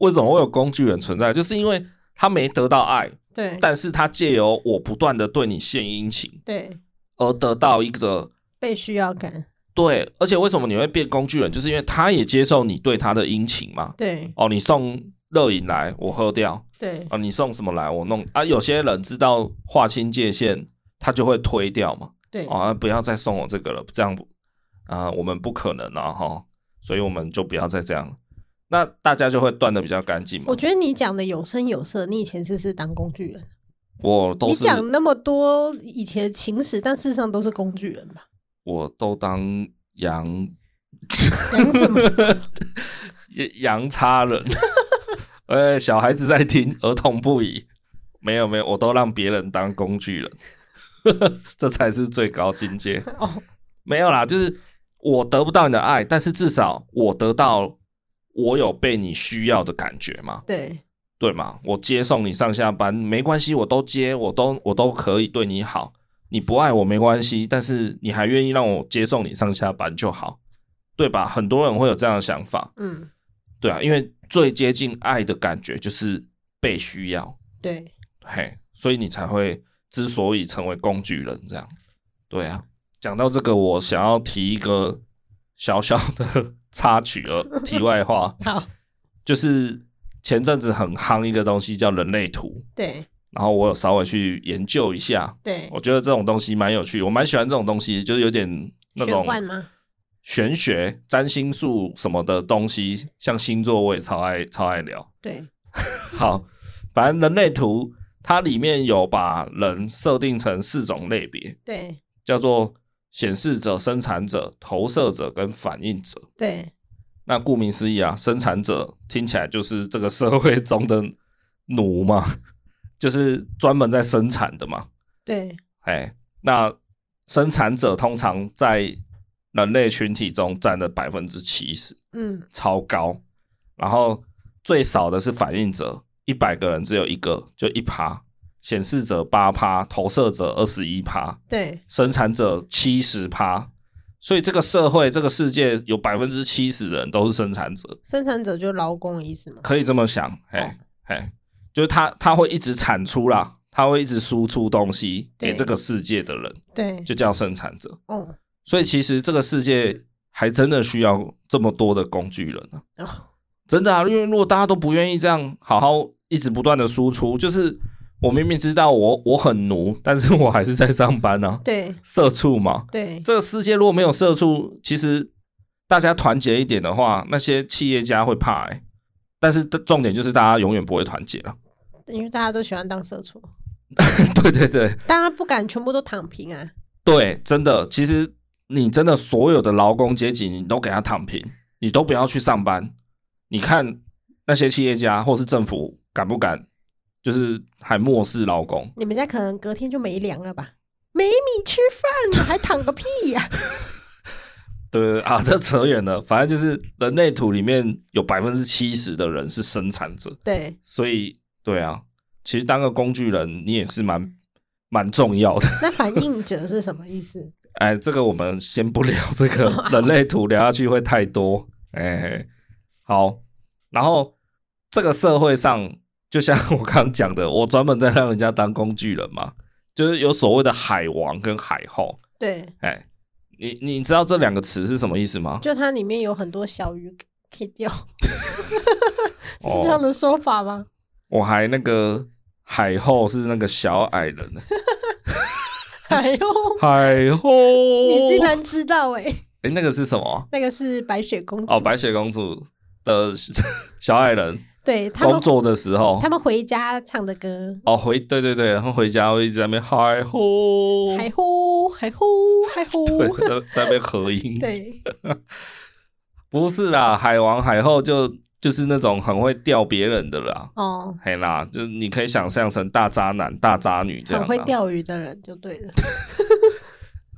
B: 为什么会有工具人存在？就是因为他没得到爱，
D: 对
B: 但是他借由我不断的对你献殷勤，
D: 对，
B: 而得到一个
D: 被需要感，
B: 对。而且为什么你会变工具人？就是因为他也接受你对他的殷勤嘛。
D: 对
B: 哦，你送热饮来，我喝掉；
D: 对
B: 哦，你送什么来，我弄啊。有些人知道划清界限，他就会推掉嘛。
D: 对
B: 哦，啊不要再送我这个了，这样不啊、我们不可能啊哈，所以我们就不要再这样。那大家就会断的比较干净嘛
D: 我。觉得你讲的有声有色，你以前是不是当工具人？
B: 我都
D: 你
B: 是，
D: 讲那么多以前情史，但事实上都是工具人 吧？
B: 我都当羊
D: 讲什么？
B: 羊叉人。呃，小孩子在听，儿童不宜。没有没有，我都让别人当工具人， 这才是最高境界。
D: 哦，
B: 没有啦，就是我得不到你的爱，但是至少我得到我有被你需要的感觉嘛，
D: 对
B: 对吗？我接送你上下班没关系，我都接，我都我都可以对你好。你不爱我没关系，但是你还愿意让我接送你上下班就好。对吧？很多人会有这样的想法，
C: 嗯，
B: 对啊，因为最接近爱的感觉就是被需要，
C: 对，
B: 嘿，所以你才会之所以成为工具人这样。对啊，讲到这个，我想要提一个小小的插曲了，题外话，
C: 好，
B: 就是前阵子很夯一个东西叫人类图，
C: 对
B: 然后我有稍微去研究一下，
C: 对，
B: 我觉得这种东西蛮有趣，我蛮喜欢这种东西，就是有点那
C: 玄
B: 种
C: 幻吗？
B: 玄学、占星术什么的东西，像星座我也超爱超爱聊。
C: 对，
B: 好，反正人类图它里面有把人设定成四种类别，
C: 对
B: 叫做显示者、生产者、投射者跟反应者。
C: 对
B: 那顾名思义啊，生产者听起来就是这个社会中的奴嘛，就是专门在生产的嘛。
C: 对
B: 哎，那生产者通常在人类群体中占了百分之七十，
C: 嗯，
B: 超高。然后最少的是反应者，一百个人只有一个，就一趴。显示者八趴，投射者二十一趴，
C: 对
B: 生产者七十趴。所以这个社会、这个世界有百分之七十的人都是生产者，
C: 生产者就劳工的意思嘛。
B: 可以这么想。哎哎，就是他他会一直产出啦，他会一直输出东西给
C: 对
B: 这个世界的人，
C: 对，
B: 就叫生产者。
C: 哦
B: 所以其实这个世界还真的需要这么多的工具人啊！
C: 哦，
B: 真的啊，因为如果大家都不愿意这样好好一直不断的输出，就是我明明知道我我很奴，但是我还是在上班啊，
C: 对
B: 社畜嘛。
C: 对
B: 这个世界如果没有社畜，其实大家团结一点的话，那些企业家会怕、欸。但是重点就是大家永远不会团结了。
C: 因为大家都喜欢当社畜，
B: 对对对，
C: 大家不敢全部都躺平啊。
B: 对，真的，其实你真的所有的劳工阶级，你都给他躺平，你都不要去上班。你看那些企业家或是政府敢不敢，就是还漠视劳工？
C: 你们家可能隔天就没粮了吧？没米吃饭了，还躺个屁呀、
B: 对啊， 这扯远了。反正就是人类图里面有百分之七十的人是生产者，
C: 对，
B: 所以对啊，其实当个工具人，你也是蛮蛮重要的。
C: 那反应者是什么意思？
B: 哎，这个我们先不聊这个人类图，聊下去会太多。哎，好，然后这个社会上，就像我刚讲的，我专门在让人家当工具人嘛，就是有所谓的海王跟海后。
C: 对，
B: 哎，你你知道这两个词是什么意思吗？
C: 就它里面有很多小鱼可以钓，
D: 是这样的说法 吗？
B: 哦我还那个海后是那个小矮人呢，
D: 哎呦，
B: 海后，
D: 你
B: 哦
D: 竟然知道哎、
B: 哎，那个是什么？
C: 那个是白雪公主。
B: 哦，白雪公主的 小矮人
C: 对他
B: 工
C: 们，
B: 作的时候，
C: 他们回家唱的歌，
B: 哦，回对对对，然后回家会一直在那边嗨吼，
C: 海呼海 呼海呼。
B: 对，在在那边合音。，
D: 对，
B: 不是啦，海王海后就就是那种很会钓别人的啦，
C: 哦，
B: 嘿啦，就是你可以想象成大渣男、大渣女这样
C: 很会
B: 啦，
C: 钓鱼的人就对 了。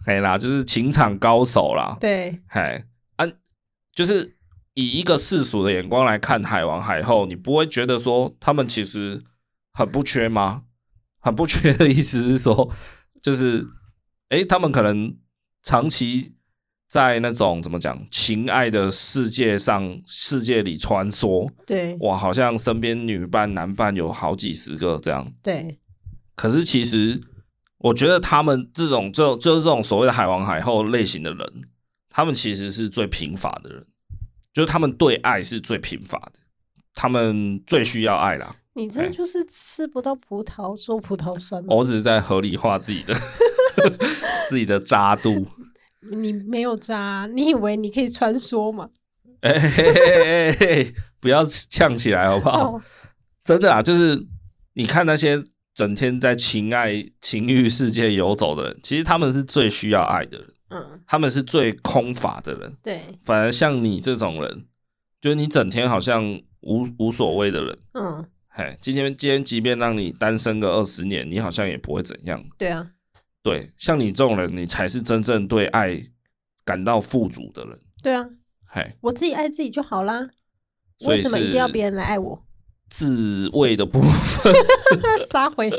B: 嘿啦，就是情场高手啦，
C: 对
B: 嘿，啊，就是以一个世俗的眼光来看海王海后，你不会觉得说他们其实很不缺吗？很不缺的意思是说，就是诶，他们可能长期在那种怎么讲情爱的世界上世界里穿梭，
C: 对
B: 哇，好像身边女伴男伴有好几十个这样，
C: 对
B: 可是其实我觉得他们这种就就是这种所谓的海王海后类型的人，他们其实是最贫乏的人，就是他们对爱是最贫乏的，他们最需要爱啦。
C: 你
B: 哎哦
C: 这就是吃不到葡萄说葡萄酸嘛？
B: 我只是在合理化自己的自己的渣度。
D: 你没有渣，你以为你可以穿梭吗？
B: 哎、嘿嘿嘿嘿嘿不要呛起来好不好？
D: 哦，
B: 真的啊，就是你看那些整天在情爱情欲世界游走的人，其实他们是最需要爱的人，
C: 嗯，
B: 他们是最空乏的人。
C: 对，
B: 反而像你这种人，就是你整天好像无无所谓的人，
C: 嗯，
B: 嘿，今天今天即便让你单身个二十年，你好像也不会怎样。
C: 对啊，
B: 对，像你这种人，你才是真正对爱感到富足的人，
C: 对啊，
B: 嘿，
C: 我自己爱自己就好啦。
B: 所
C: 为
B: 以
C: 什么
B: 是
C: 一定要别人来爱我？
B: 自慰的部分
D: 撒回，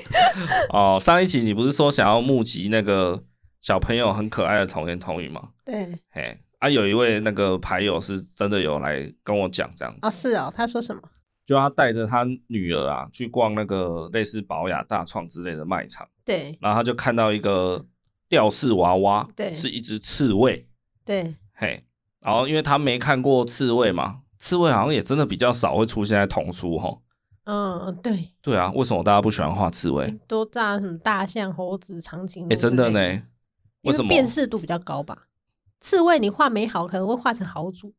B: 哦。上一集你不是说想要募集那个小朋友很可爱的童言童语吗？
C: 对
B: 嘿，啊，有一位那个牌友是真的有来跟我讲这样
C: 哦，
B: 子，
C: 是哦，他说什么？
B: 就他带着他女儿啊去逛那个类似宝雅、大创之类的卖场，
C: 对
B: 然后他就看到一个吊饰娃娃，
C: 对
B: 是一只刺猬，
C: 对，
B: 嘿，然后因为他没看过刺猬嘛，刺猬好像也真的比较少会出现在童书吼。
C: 嗯对，
B: 对啊，为什么大家不喜欢画刺猬？
C: 多炸什么大象、猴子、长颈鹿
B: 哎、
C: 之
B: 真
C: 类，
B: 的呢，
C: 因
B: 为
C: 为
B: 什么？
C: 辨识度比较高吧。刺猬你画美好，可能会画成豪猪。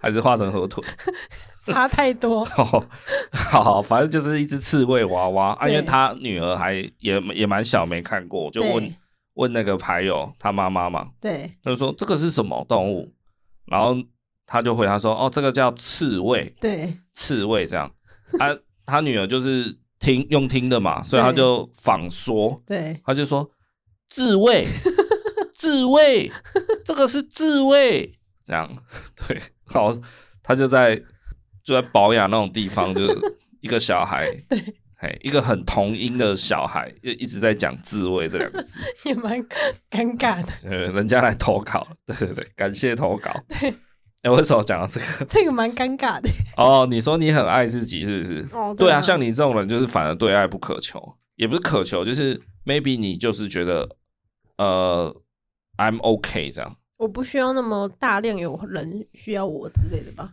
B: 还是画成河豚？。
D: 差太多
B: 哦，好，反正就是一只刺猬娃娃啊，因为
C: 对
B: 他女儿还也也蛮小，没看过，就问
C: 对
B: 问那个牌友他妈妈嘛，
C: 对
B: 他就说这个是什么动物，然后他就回答说哦，这个叫刺猬，
C: 对
B: 刺猬这样啊，他女儿就是听用听的嘛，所以他
C: 对
B: 就仿说，
C: 对
B: 他就说自卫，自卫，这个是自卫，这样 对，然后他就在就在保养那种地方，就是一个小孩， 对，哎，一个很童音的小孩，就一直在讲自卫这两个字，
D: 也蛮尴尬的，
B: 呃，人家来投稿，对对对，感谢投稿，对。哎、为什么讲到这个？
D: 这个蛮尴尬的。
B: 哦，你说你很爱自己是不是？
D: 哦，
B: 对啊，像你这种人，就是反而对爱不渴求，也不是渴求，就是 maybe 你就是觉得，呃，I'm OK 这样。
C: 我不需要那么大量有人需要我之类的吧？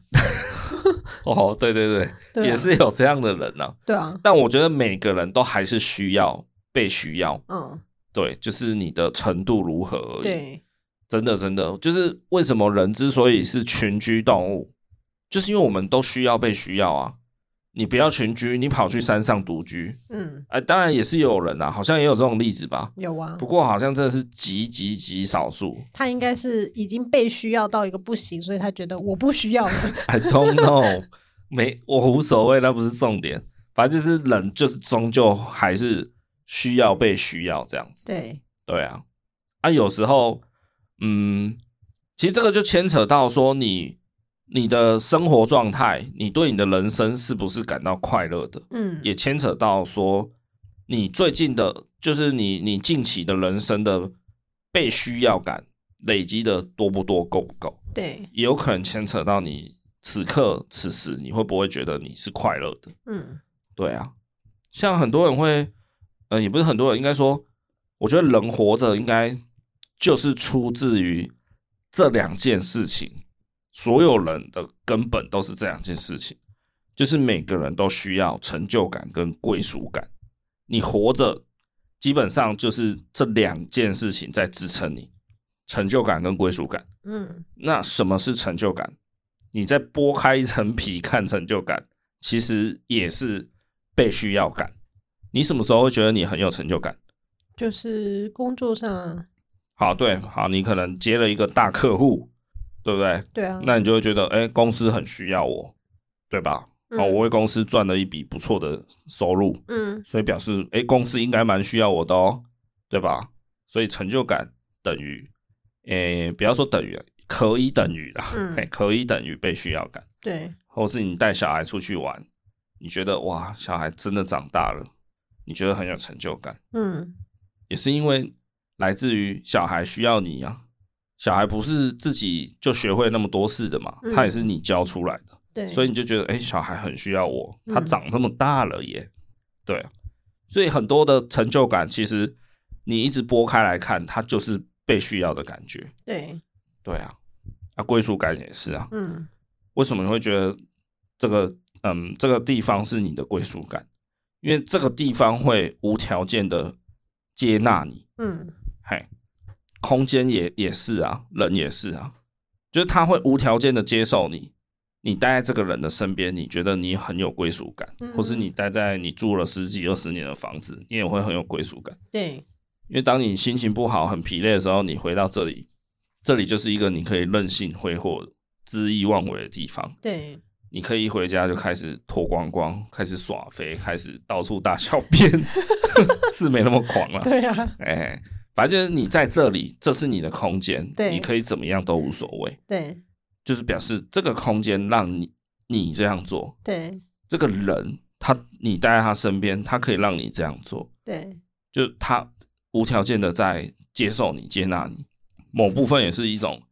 B: 哦，对对对，
C: 对啊
B: 也是有这样的人呐、
C: 对啊，
B: 但我觉得每个人都还是需要被需要，
C: 嗯，
B: 对，就是你的程度如何而已。，
C: 对
B: 真的真的，就是为什么人之所以是群居动物，就是因为我们都需要被需要啊。你不要群居，你跑去山上独居，
C: 嗯，
B: 哎、当然也是有人啊，好像也有这种例子吧。
C: 有啊
B: 不，过好像真的是极极极少数
C: 他应该是已经被需要到一个不行，所以他觉得我不需要了。
B: ，I don't know，没 我无所谓，那不是重点，反正就是人就是终究还是需要被需要这样子，
C: 对
B: 对啊，啊有时候，嗯，其实这个就牵扯到说你你的生活状态，你对你的人生是不是感到快乐的，
C: 嗯，
B: 也牵扯到说你最近的，就是你你近期的人生的被需要感累积的多不多，够不够，
C: 对，
B: 也有可能牵扯到你此刻此时你会不会觉得你是快乐的？
C: 嗯，
B: 对啊，像很多人会，呃，也不是很多人，应该说，我觉得人活着应该就是出自于这两件事情，所有人的根本都是这两件事情，就是每个人都需要成就感跟归属感。你活着，基本上就是这两件事情在支撑你，成就感跟归属感。
C: 嗯，
B: 那什么是成就感？你再剥开一层皮看成就感，其实也是被需要感。你什么时候会觉得你很有成就感？
C: 就是工作上，
B: 好，对，好，你可能接了一个大客户，对不对？
C: 对啊，
B: 那你就会觉得，哎、公司很需要我，对吧？
C: 嗯
B: 哦，我为公司赚了一笔不错的收入，
C: 嗯，
B: 所以表示，哎、公司应该蛮需要我的哦，对吧？所以成就感等于，哎、不要说等于，啊可以等于啦，
C: 嗯
B: 哎、可以等于被需要感。
C: 对，
B: 或是你带小孩出去玩，你觉得哇，小孩真的长大了，你觉得很有成就感，
C: 嗯，
B: 也是因为来自于小孩需要你啊。小孩不是自己就学会那么多事的嘛，
C: 嗯
B: 他也是你教出来的，
C: 对，
B: 所以你就觉得，哎、小孩很需要我，
C: 嗯
B: 他长这么大了耶，对啊，所以很多的成就感，其实你一直剥开来看，它就是被需要的感觉，
C: 对，
B: 对啊，啊，归属感也是啊，
C: 嗯，
B: 为什么你会觉得这个嗯这个地方是你的归属感？因为这个地方会无条件的接纳你，
C: 嗯，
B: 嘿，空间也也是啊，人也是啊，就是他会无条件的接受你，你待在这个人的身边，你觉得你很有归属感，
C: 嗯
B: 或是你待在你住了十几二十年的房子，你也会很有归属感。
C: 对，
B: 因为当你心情不好、很疲累的时候，你回到这里，这里就是一个你可以任性挥霍、恣意妄为的地方。
C: 对，
B: 你可以一回家就开始脱光光，开始耍飞，开始到处大小便， 是没那么狂了、
D: 对啊，
B: 哎、反正就是你在这里，这是你的空间，
C: 对
B: 你可以怎么样都无所谓，
C: 对，
B: 就是表示这个空间让你你这样做，
C: 对，
B: 这个人他你待在他身边，他可以让你这样做，
C: 对，
B: 就他无条件的在接受你、接纳你。某部分也是一种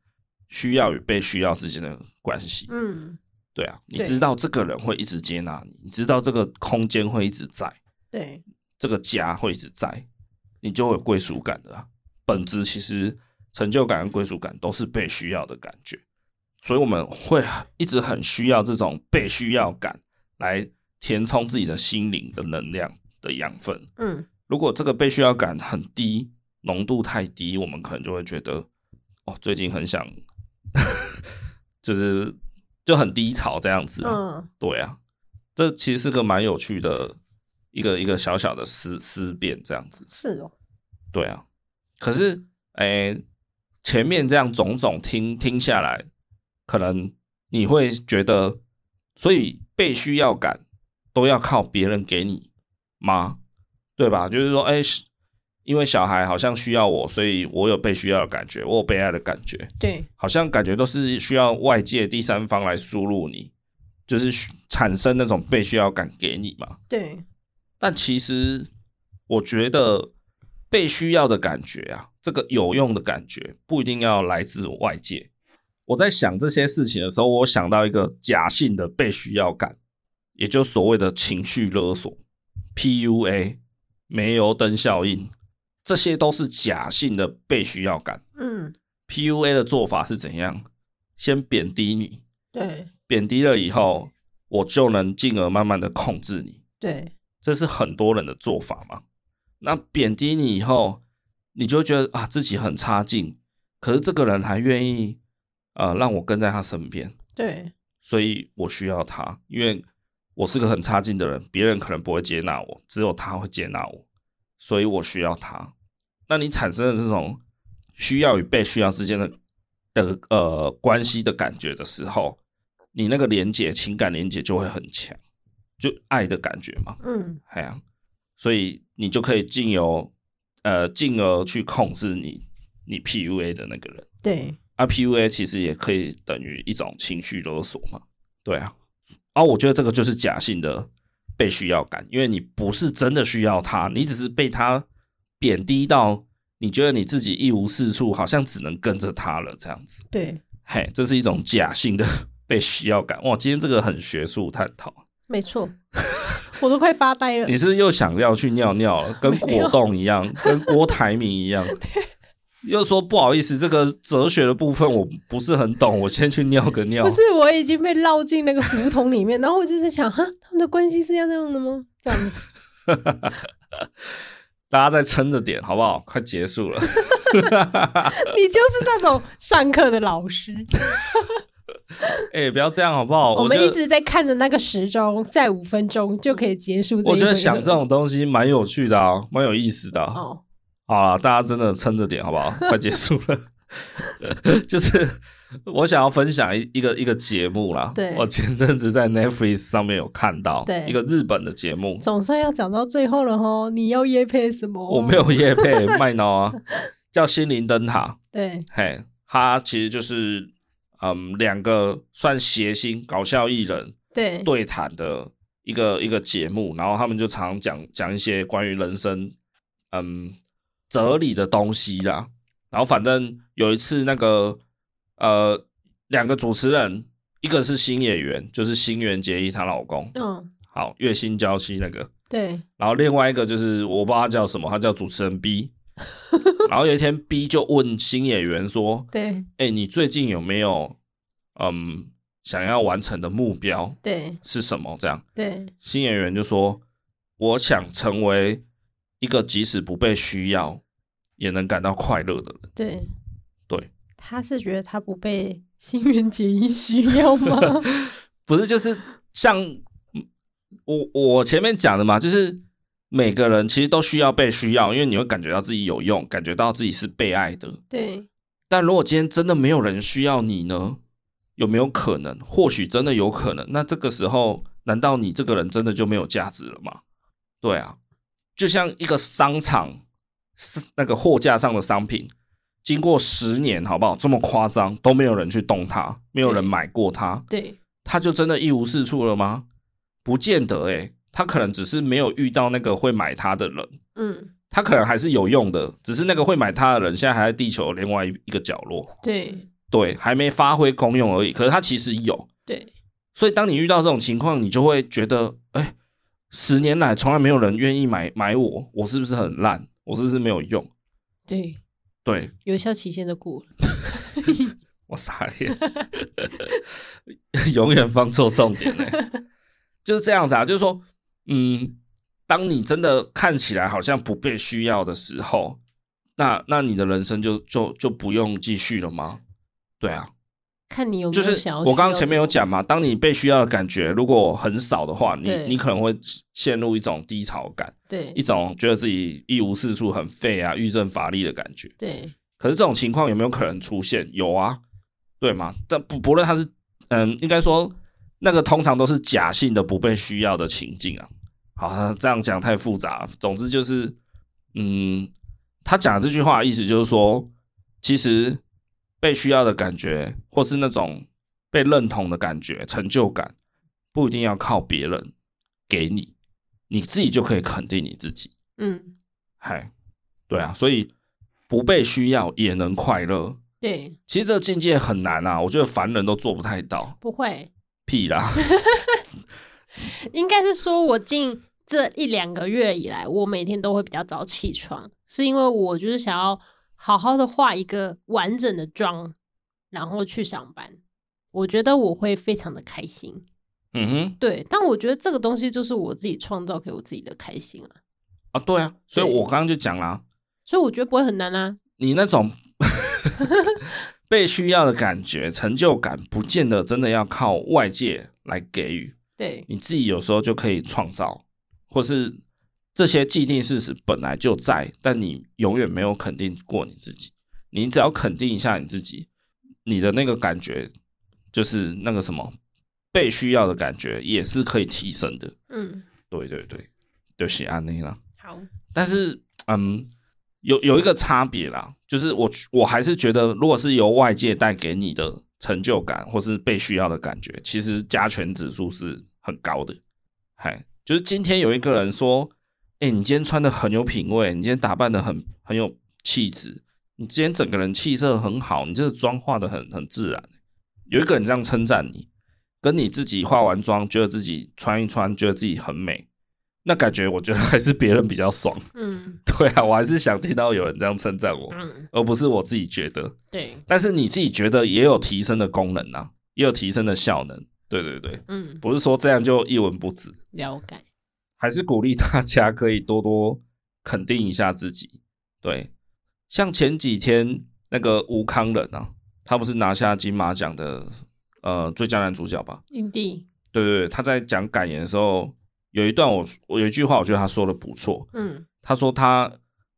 B: 需要与被需要之间的关系。
C: 嗯，
B: 对啊，你
D: 对
B: 知道这个人会一直接纳你，你知道这个空间会一直在，
D: 对，
B: 这个家会一直在，你就会有归属感的啊、本质其实成就感跟归属感都是被需要的感觉，所以我们会一直很需要这种被需要感来填充自己的心灵的能量的养分。
D: 嗯，
B: 如果这个被需要感很低，浓度太低，我们可能就会觉得，哦，最近很想， 就是就很低潮这样子、啊。
D: 嗯，
B: 对啊，这其实是个蛮有趣的一个一个小小的思思辨这样子。
D: 是哦，
B: 对啊，可是诶、前面这样种种听听下来，可能你会觉得，所以被需要感都要靠别人给你吗？对吧？就是说，哎、是因为小孩好像需要我，所以我有被需要的感觉，我有被爱的感觉。
D: 对，
B: 好像感觉都是需要外界第三方来输入你，就是需产生那种被需要感给你嘛。
D: 对，
B: 但其实我觉得被需要的感觉啊，这个有用的感觉不一定要来自外界。我在想这些事情的时候，我想到一个假性的被需要感，也就所谓的情绪勒索 （PUA）、煤油灯效应，这些都是假性的被需要感。
D: 嗯，
B: PUA 的做法是怎样？先贬低你，
D: 对，
B: 贬低了以后，我就能进而慢慢的控制你，
D: 对，
B: 这是很多人的做法嘛。那贬低你以后，你就会觉得啊自己很差劲，可是这个人还愿意呃让我跟在他身边，
D: 对，
B: 所以我需要他，因为我是个很差劲的人，别人可能不会接纳我，只有他会接纳我，所以我需要他。那你产生的这种需要与被需要之间的的呃关系的感觉的时候，你那个连接情感连接就会很强，就爱的感觉嘛，
D: 嗯，
B: 哎呀，所以你就可以进由呃进而去控制你你 PUA 的那个人。
D: 对，
B: 啊，PUA 其实也可以等于一种情绪勒索嘛。对啊，啊，我觉得这个就是假性的被需要感，因为你不是真的需要他，你只是被他贬低到你觉得你自己一无是处，好像只能跟着他了这样子。
D: 对，
B: 嘿，这是一种假性的 被需要感。哇，今天这个很学术探讨，
D: 没 错，我都快发呆了
B: 你。是不是又想要去尿尿了，跟果冻一样， 跟郭台铭一样。又说不好意思，这个哲学的部分我不是很懂，我先去尿个尿。
D: 不是，我已经被绕进那个胡同里面，然后我就在想，哈，他们的关系是要这样的吗？这样子，
B: 大家再撑着点，好不好？快结束 了。
D: 你就是那种上课的老师，
B: 哎、不要这样，好不好？
D: 我
B: 觉
D: 们
B: 得
D: 一直在看着那个时钟，在五分钟就可以结束这一回合。
B: 我觉得想这种东西蛮有趣的啊，蛮有意思的啊。
D: 哦，
B: 好啦，大家真的撑着 点，好不好？快结束了。 就是我想要分享一一个一个节目啦。
D: 对
B: 我前阵子在 Netflix 上面有看到，
D: 对
B: 一个日本的节目，
D: 总算要讲到最后了吼，你要夜配什么？
B: 我没有夜配卖脑啊， 叫《心灵灯塔》。
D: 对，
B: 嘿，他其实就是嗯，两个算谐星搞笑艺人，
D: 对，
B: 对谈的一个一个节目，然后他们就常讲讲一些关于人生嗯哲理的东西啦。然后反正有一次那个呃两个主持人，一个是新演员，就是新垣结衣她老公，
D: 嗯，
B: 好月薪娇妻那个，
D: 对，
B: 然后另外一个就是我不知道他叫什么，他叫主持人 B。然后有一天 B 就问新演员说
D: 对，：“
B: 哎、你最近有没有嗯想要完成的目标
D: 对，
B: 是什么？”这样，
D: 对，
B: 新演员就说：“我想成为一个即使不被需要，也能感到快乐的人。
D: 对，
B: 对，
D: 他是觉得他不被心愿结衣需要吗？”
B: 不是，就是像嗯我我前面讲的嘛，就是每个人其实都需要被需要，因为你会感觉到自己有用，感觉到自己是被爱的。
D: 对，
B: 但如果今天真的没有人需要你呢？有没有可能？或许真的有可能。那这个时候，难道你这个人真的就没有价值了吗？对啊，就像一个商场是那个货架上的商品，经过十年，好不好？这么夸张都没有人去动它，没有人
D: 对
B: 买过它，
D: 对，
B: 它就真的一无是处了吗？不见得诶、它可能只是没有遇到那个会买它的人，
D: 嗯，
B: 它可能还是有用的，只是那个会买它的人现在还在地球另外一一个角落。
D: 对，
B: 对，还没发挥功用而已。可是它其实有，
C: 对，
B: 所以当你遇到这种情况，你就会觉得，哎，十年来从来没有人愿意买买我，我是不是很烂？我是不是没有用？
D: 对，
B: 对，
D: 有效期限都过了，
B: 我傻眼，永远放错重点呢、就是这样子啊，就是说，嗯，当你真的看起来好像不被需要的时候，那那你的人生就就就不用继续了吗？对啊，
D: 看你有没
B: 就
D: 有
B: 是
D: 想要。
B: 我刚刚前面有，讲嘛，当你被需要的感觉如果很少的话，你
D: 对
B: 你可能会陷入一种低潮感，
D: 对
B: 一种觉得自己一无是处、很废啊、郁症乏力的感觉。
D: 对
B: 可是这种情况有没有可能出现？有啊，对吗？但不不论它是，嗯，应该说那个通常都是假性的不被需要的情境啊。好，这样讲太复杂。总之就是，嗯，他讲的这句话的意思就是说，其实被需要的感觉，或是那种被认同的感觉、成就感，不一定要靠别人给你，你自己就可以肯定你自己。
D: 嗯
B: 嗨，对啊，所以不被需要也能快乐。
D: 对，
B: 其实这境界很难啊，我觉得凡人都做不太到。
C: 不会，
B: 屁啦，
C: 应该是说我近这一两个月以来，我每天都会比较早起床，是因为我就是想要好好的化一个完整的妆，然后去上班。我觉得我会非常的开心，
B: 嗯哼，
C: 对，但我觉得这个东西就是我自己创造给我自己的开心啊，
B: 啊，对啊，所以
C: 对
B: 我刚刚就讲啦，
C: 所以我觉得不会很难啊。
B: 你那种 被需要的感觉、成就感，不见得真的要靠外界来给予，
C: 对，
B: 你自己有时候就可以创造，或是这些既定事实本来就在，但你永远没有肯定过你自己。你只要肯定一下你自己，你的那个感觉就是那个什么被需要的感觉，也是可以提升的。
C: 嗯，
B: 对对对，就是安内啦。
C: 好，
B: 但是，嗯，有有一个差别啦，就是我我还是觉得，如果是由外界带给你的成就感或是被需要的感觉，其实加权指数是很高的。嗨，就是今天有一个人说，哎、你今天穿的很有品味，你今天打扮的很很有气质，你今天整个人气色很好，你这个妆化的很很自然。有一个人这样称赞你，跟你自己化完妆，觉得自己穿一穿，觉得自己很美，那感觉我觉得还是别人比较爽。
C: 嗯
B: 对啊，我还是想听到有人这样称赞我，
C: 嗯，
B: 而不是我自己觉得。
C: 对，
B: 但是你自己觉得也有提升的功能啊，也有提升的效能。对对对，
C: 嗯，
B: 不是说这样就一文不值，
C: 了解，
B: 还是鼓励大家可以多多肯定一下自己。对，像前几天那个吴康仁啊，他不是拿下金马奖的呃最佳男主角吧？
C: 玉帝，
B: 对对对，他在讲感言的时候，有一段我我有一句话，我觉得他说的不错，
C: 嗯
B: 他说他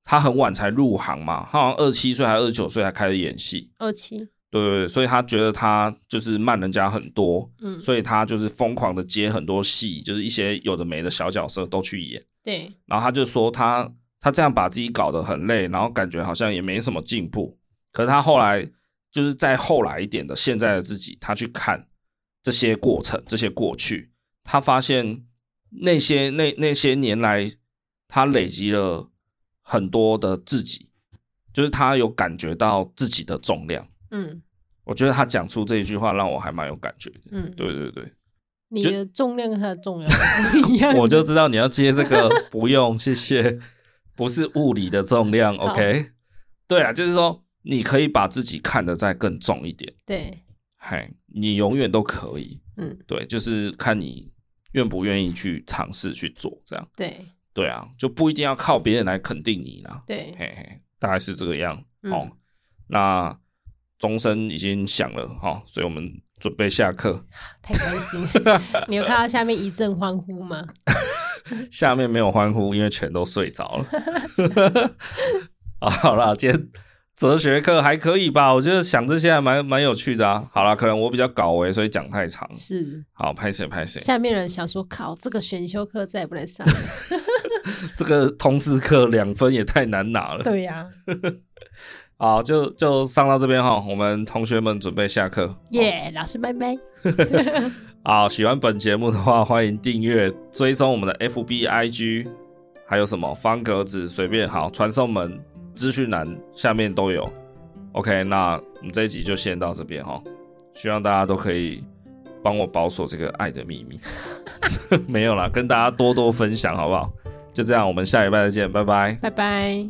B: 他很晚才入行嘛，他好像二七岁还二九岁才开始演戏，
C: 二七，
B: 对对对，所以他觉得他就是慢人家很多，
C: 嗯，
B: 所以他就是疯狂的接很多戏，就是一些有的没的小角色都去演，
C: 对，
B: 然后他就说他他这样把自己搞得很累，然后感觉好像也没什么进步，可是他后来就是在后来一点的现在的自己，他去看这些过程，这些过去，他发现那些那那些年来，他累积了很多的自己，就是他有感觉到自己的重量。
C: 嗯
B: 我觉得他讲出这一句话，让我还蛮有感觉的。
C: 嗯，
B: 对对对，
D: 你
B: 就。
D: 的重量和它的重量是不一样
B: 我就知道你要接这个，不用，谢谢，不是物理的重量
C: 好
B: ，OK？对啊，就是说你可以把自己看得再更重一点，
C: 对，
B: 嗨，你永远都可以，
C: 嗯，
B: 对，就是看你愿不愿意去尝试去做，这样，
C: 对
B: 对啊，就不一定要靠别人来肯定你啦，
C: 对，
B: 嘿嘿，大概是这个样
C: 嗯
B: 哦。那钟声已经响了哈、哦，所以我们准备下课。
D: 太开心了！你有看到下面一阵欢呼吗？
B: 下面没有欢呼，因为全都睡着了。 好好啦，今天哲学课还可以吧？我觉得想这些还蛮蛮有趣的啊。好啦，可能我比较搞维，所以讲太长。
D: 是
B: 好，拍谁拍谁，
D: 下面人想说，靠，这个选修课再也不能上。
B: 这个通识课两分也太难拿了。
D: 对呀、
B: 好，就就上到这边哈，我们同学们准备下课。
C: 耶，老师拜拜，
B: 好，啊喜欢本节目的话，欢迎订阅、追踪我们的 FB、IG，还有什么方格子随便好，传送门资讯栏下面都有。OK，那我们这一集就先到这边哈，希望大家都可以帮我保守这个爱的秘密。 没有啦，跟大家多多分享好不好？就这样，我们下礼拜再见，拜拜。
C: 拜拜。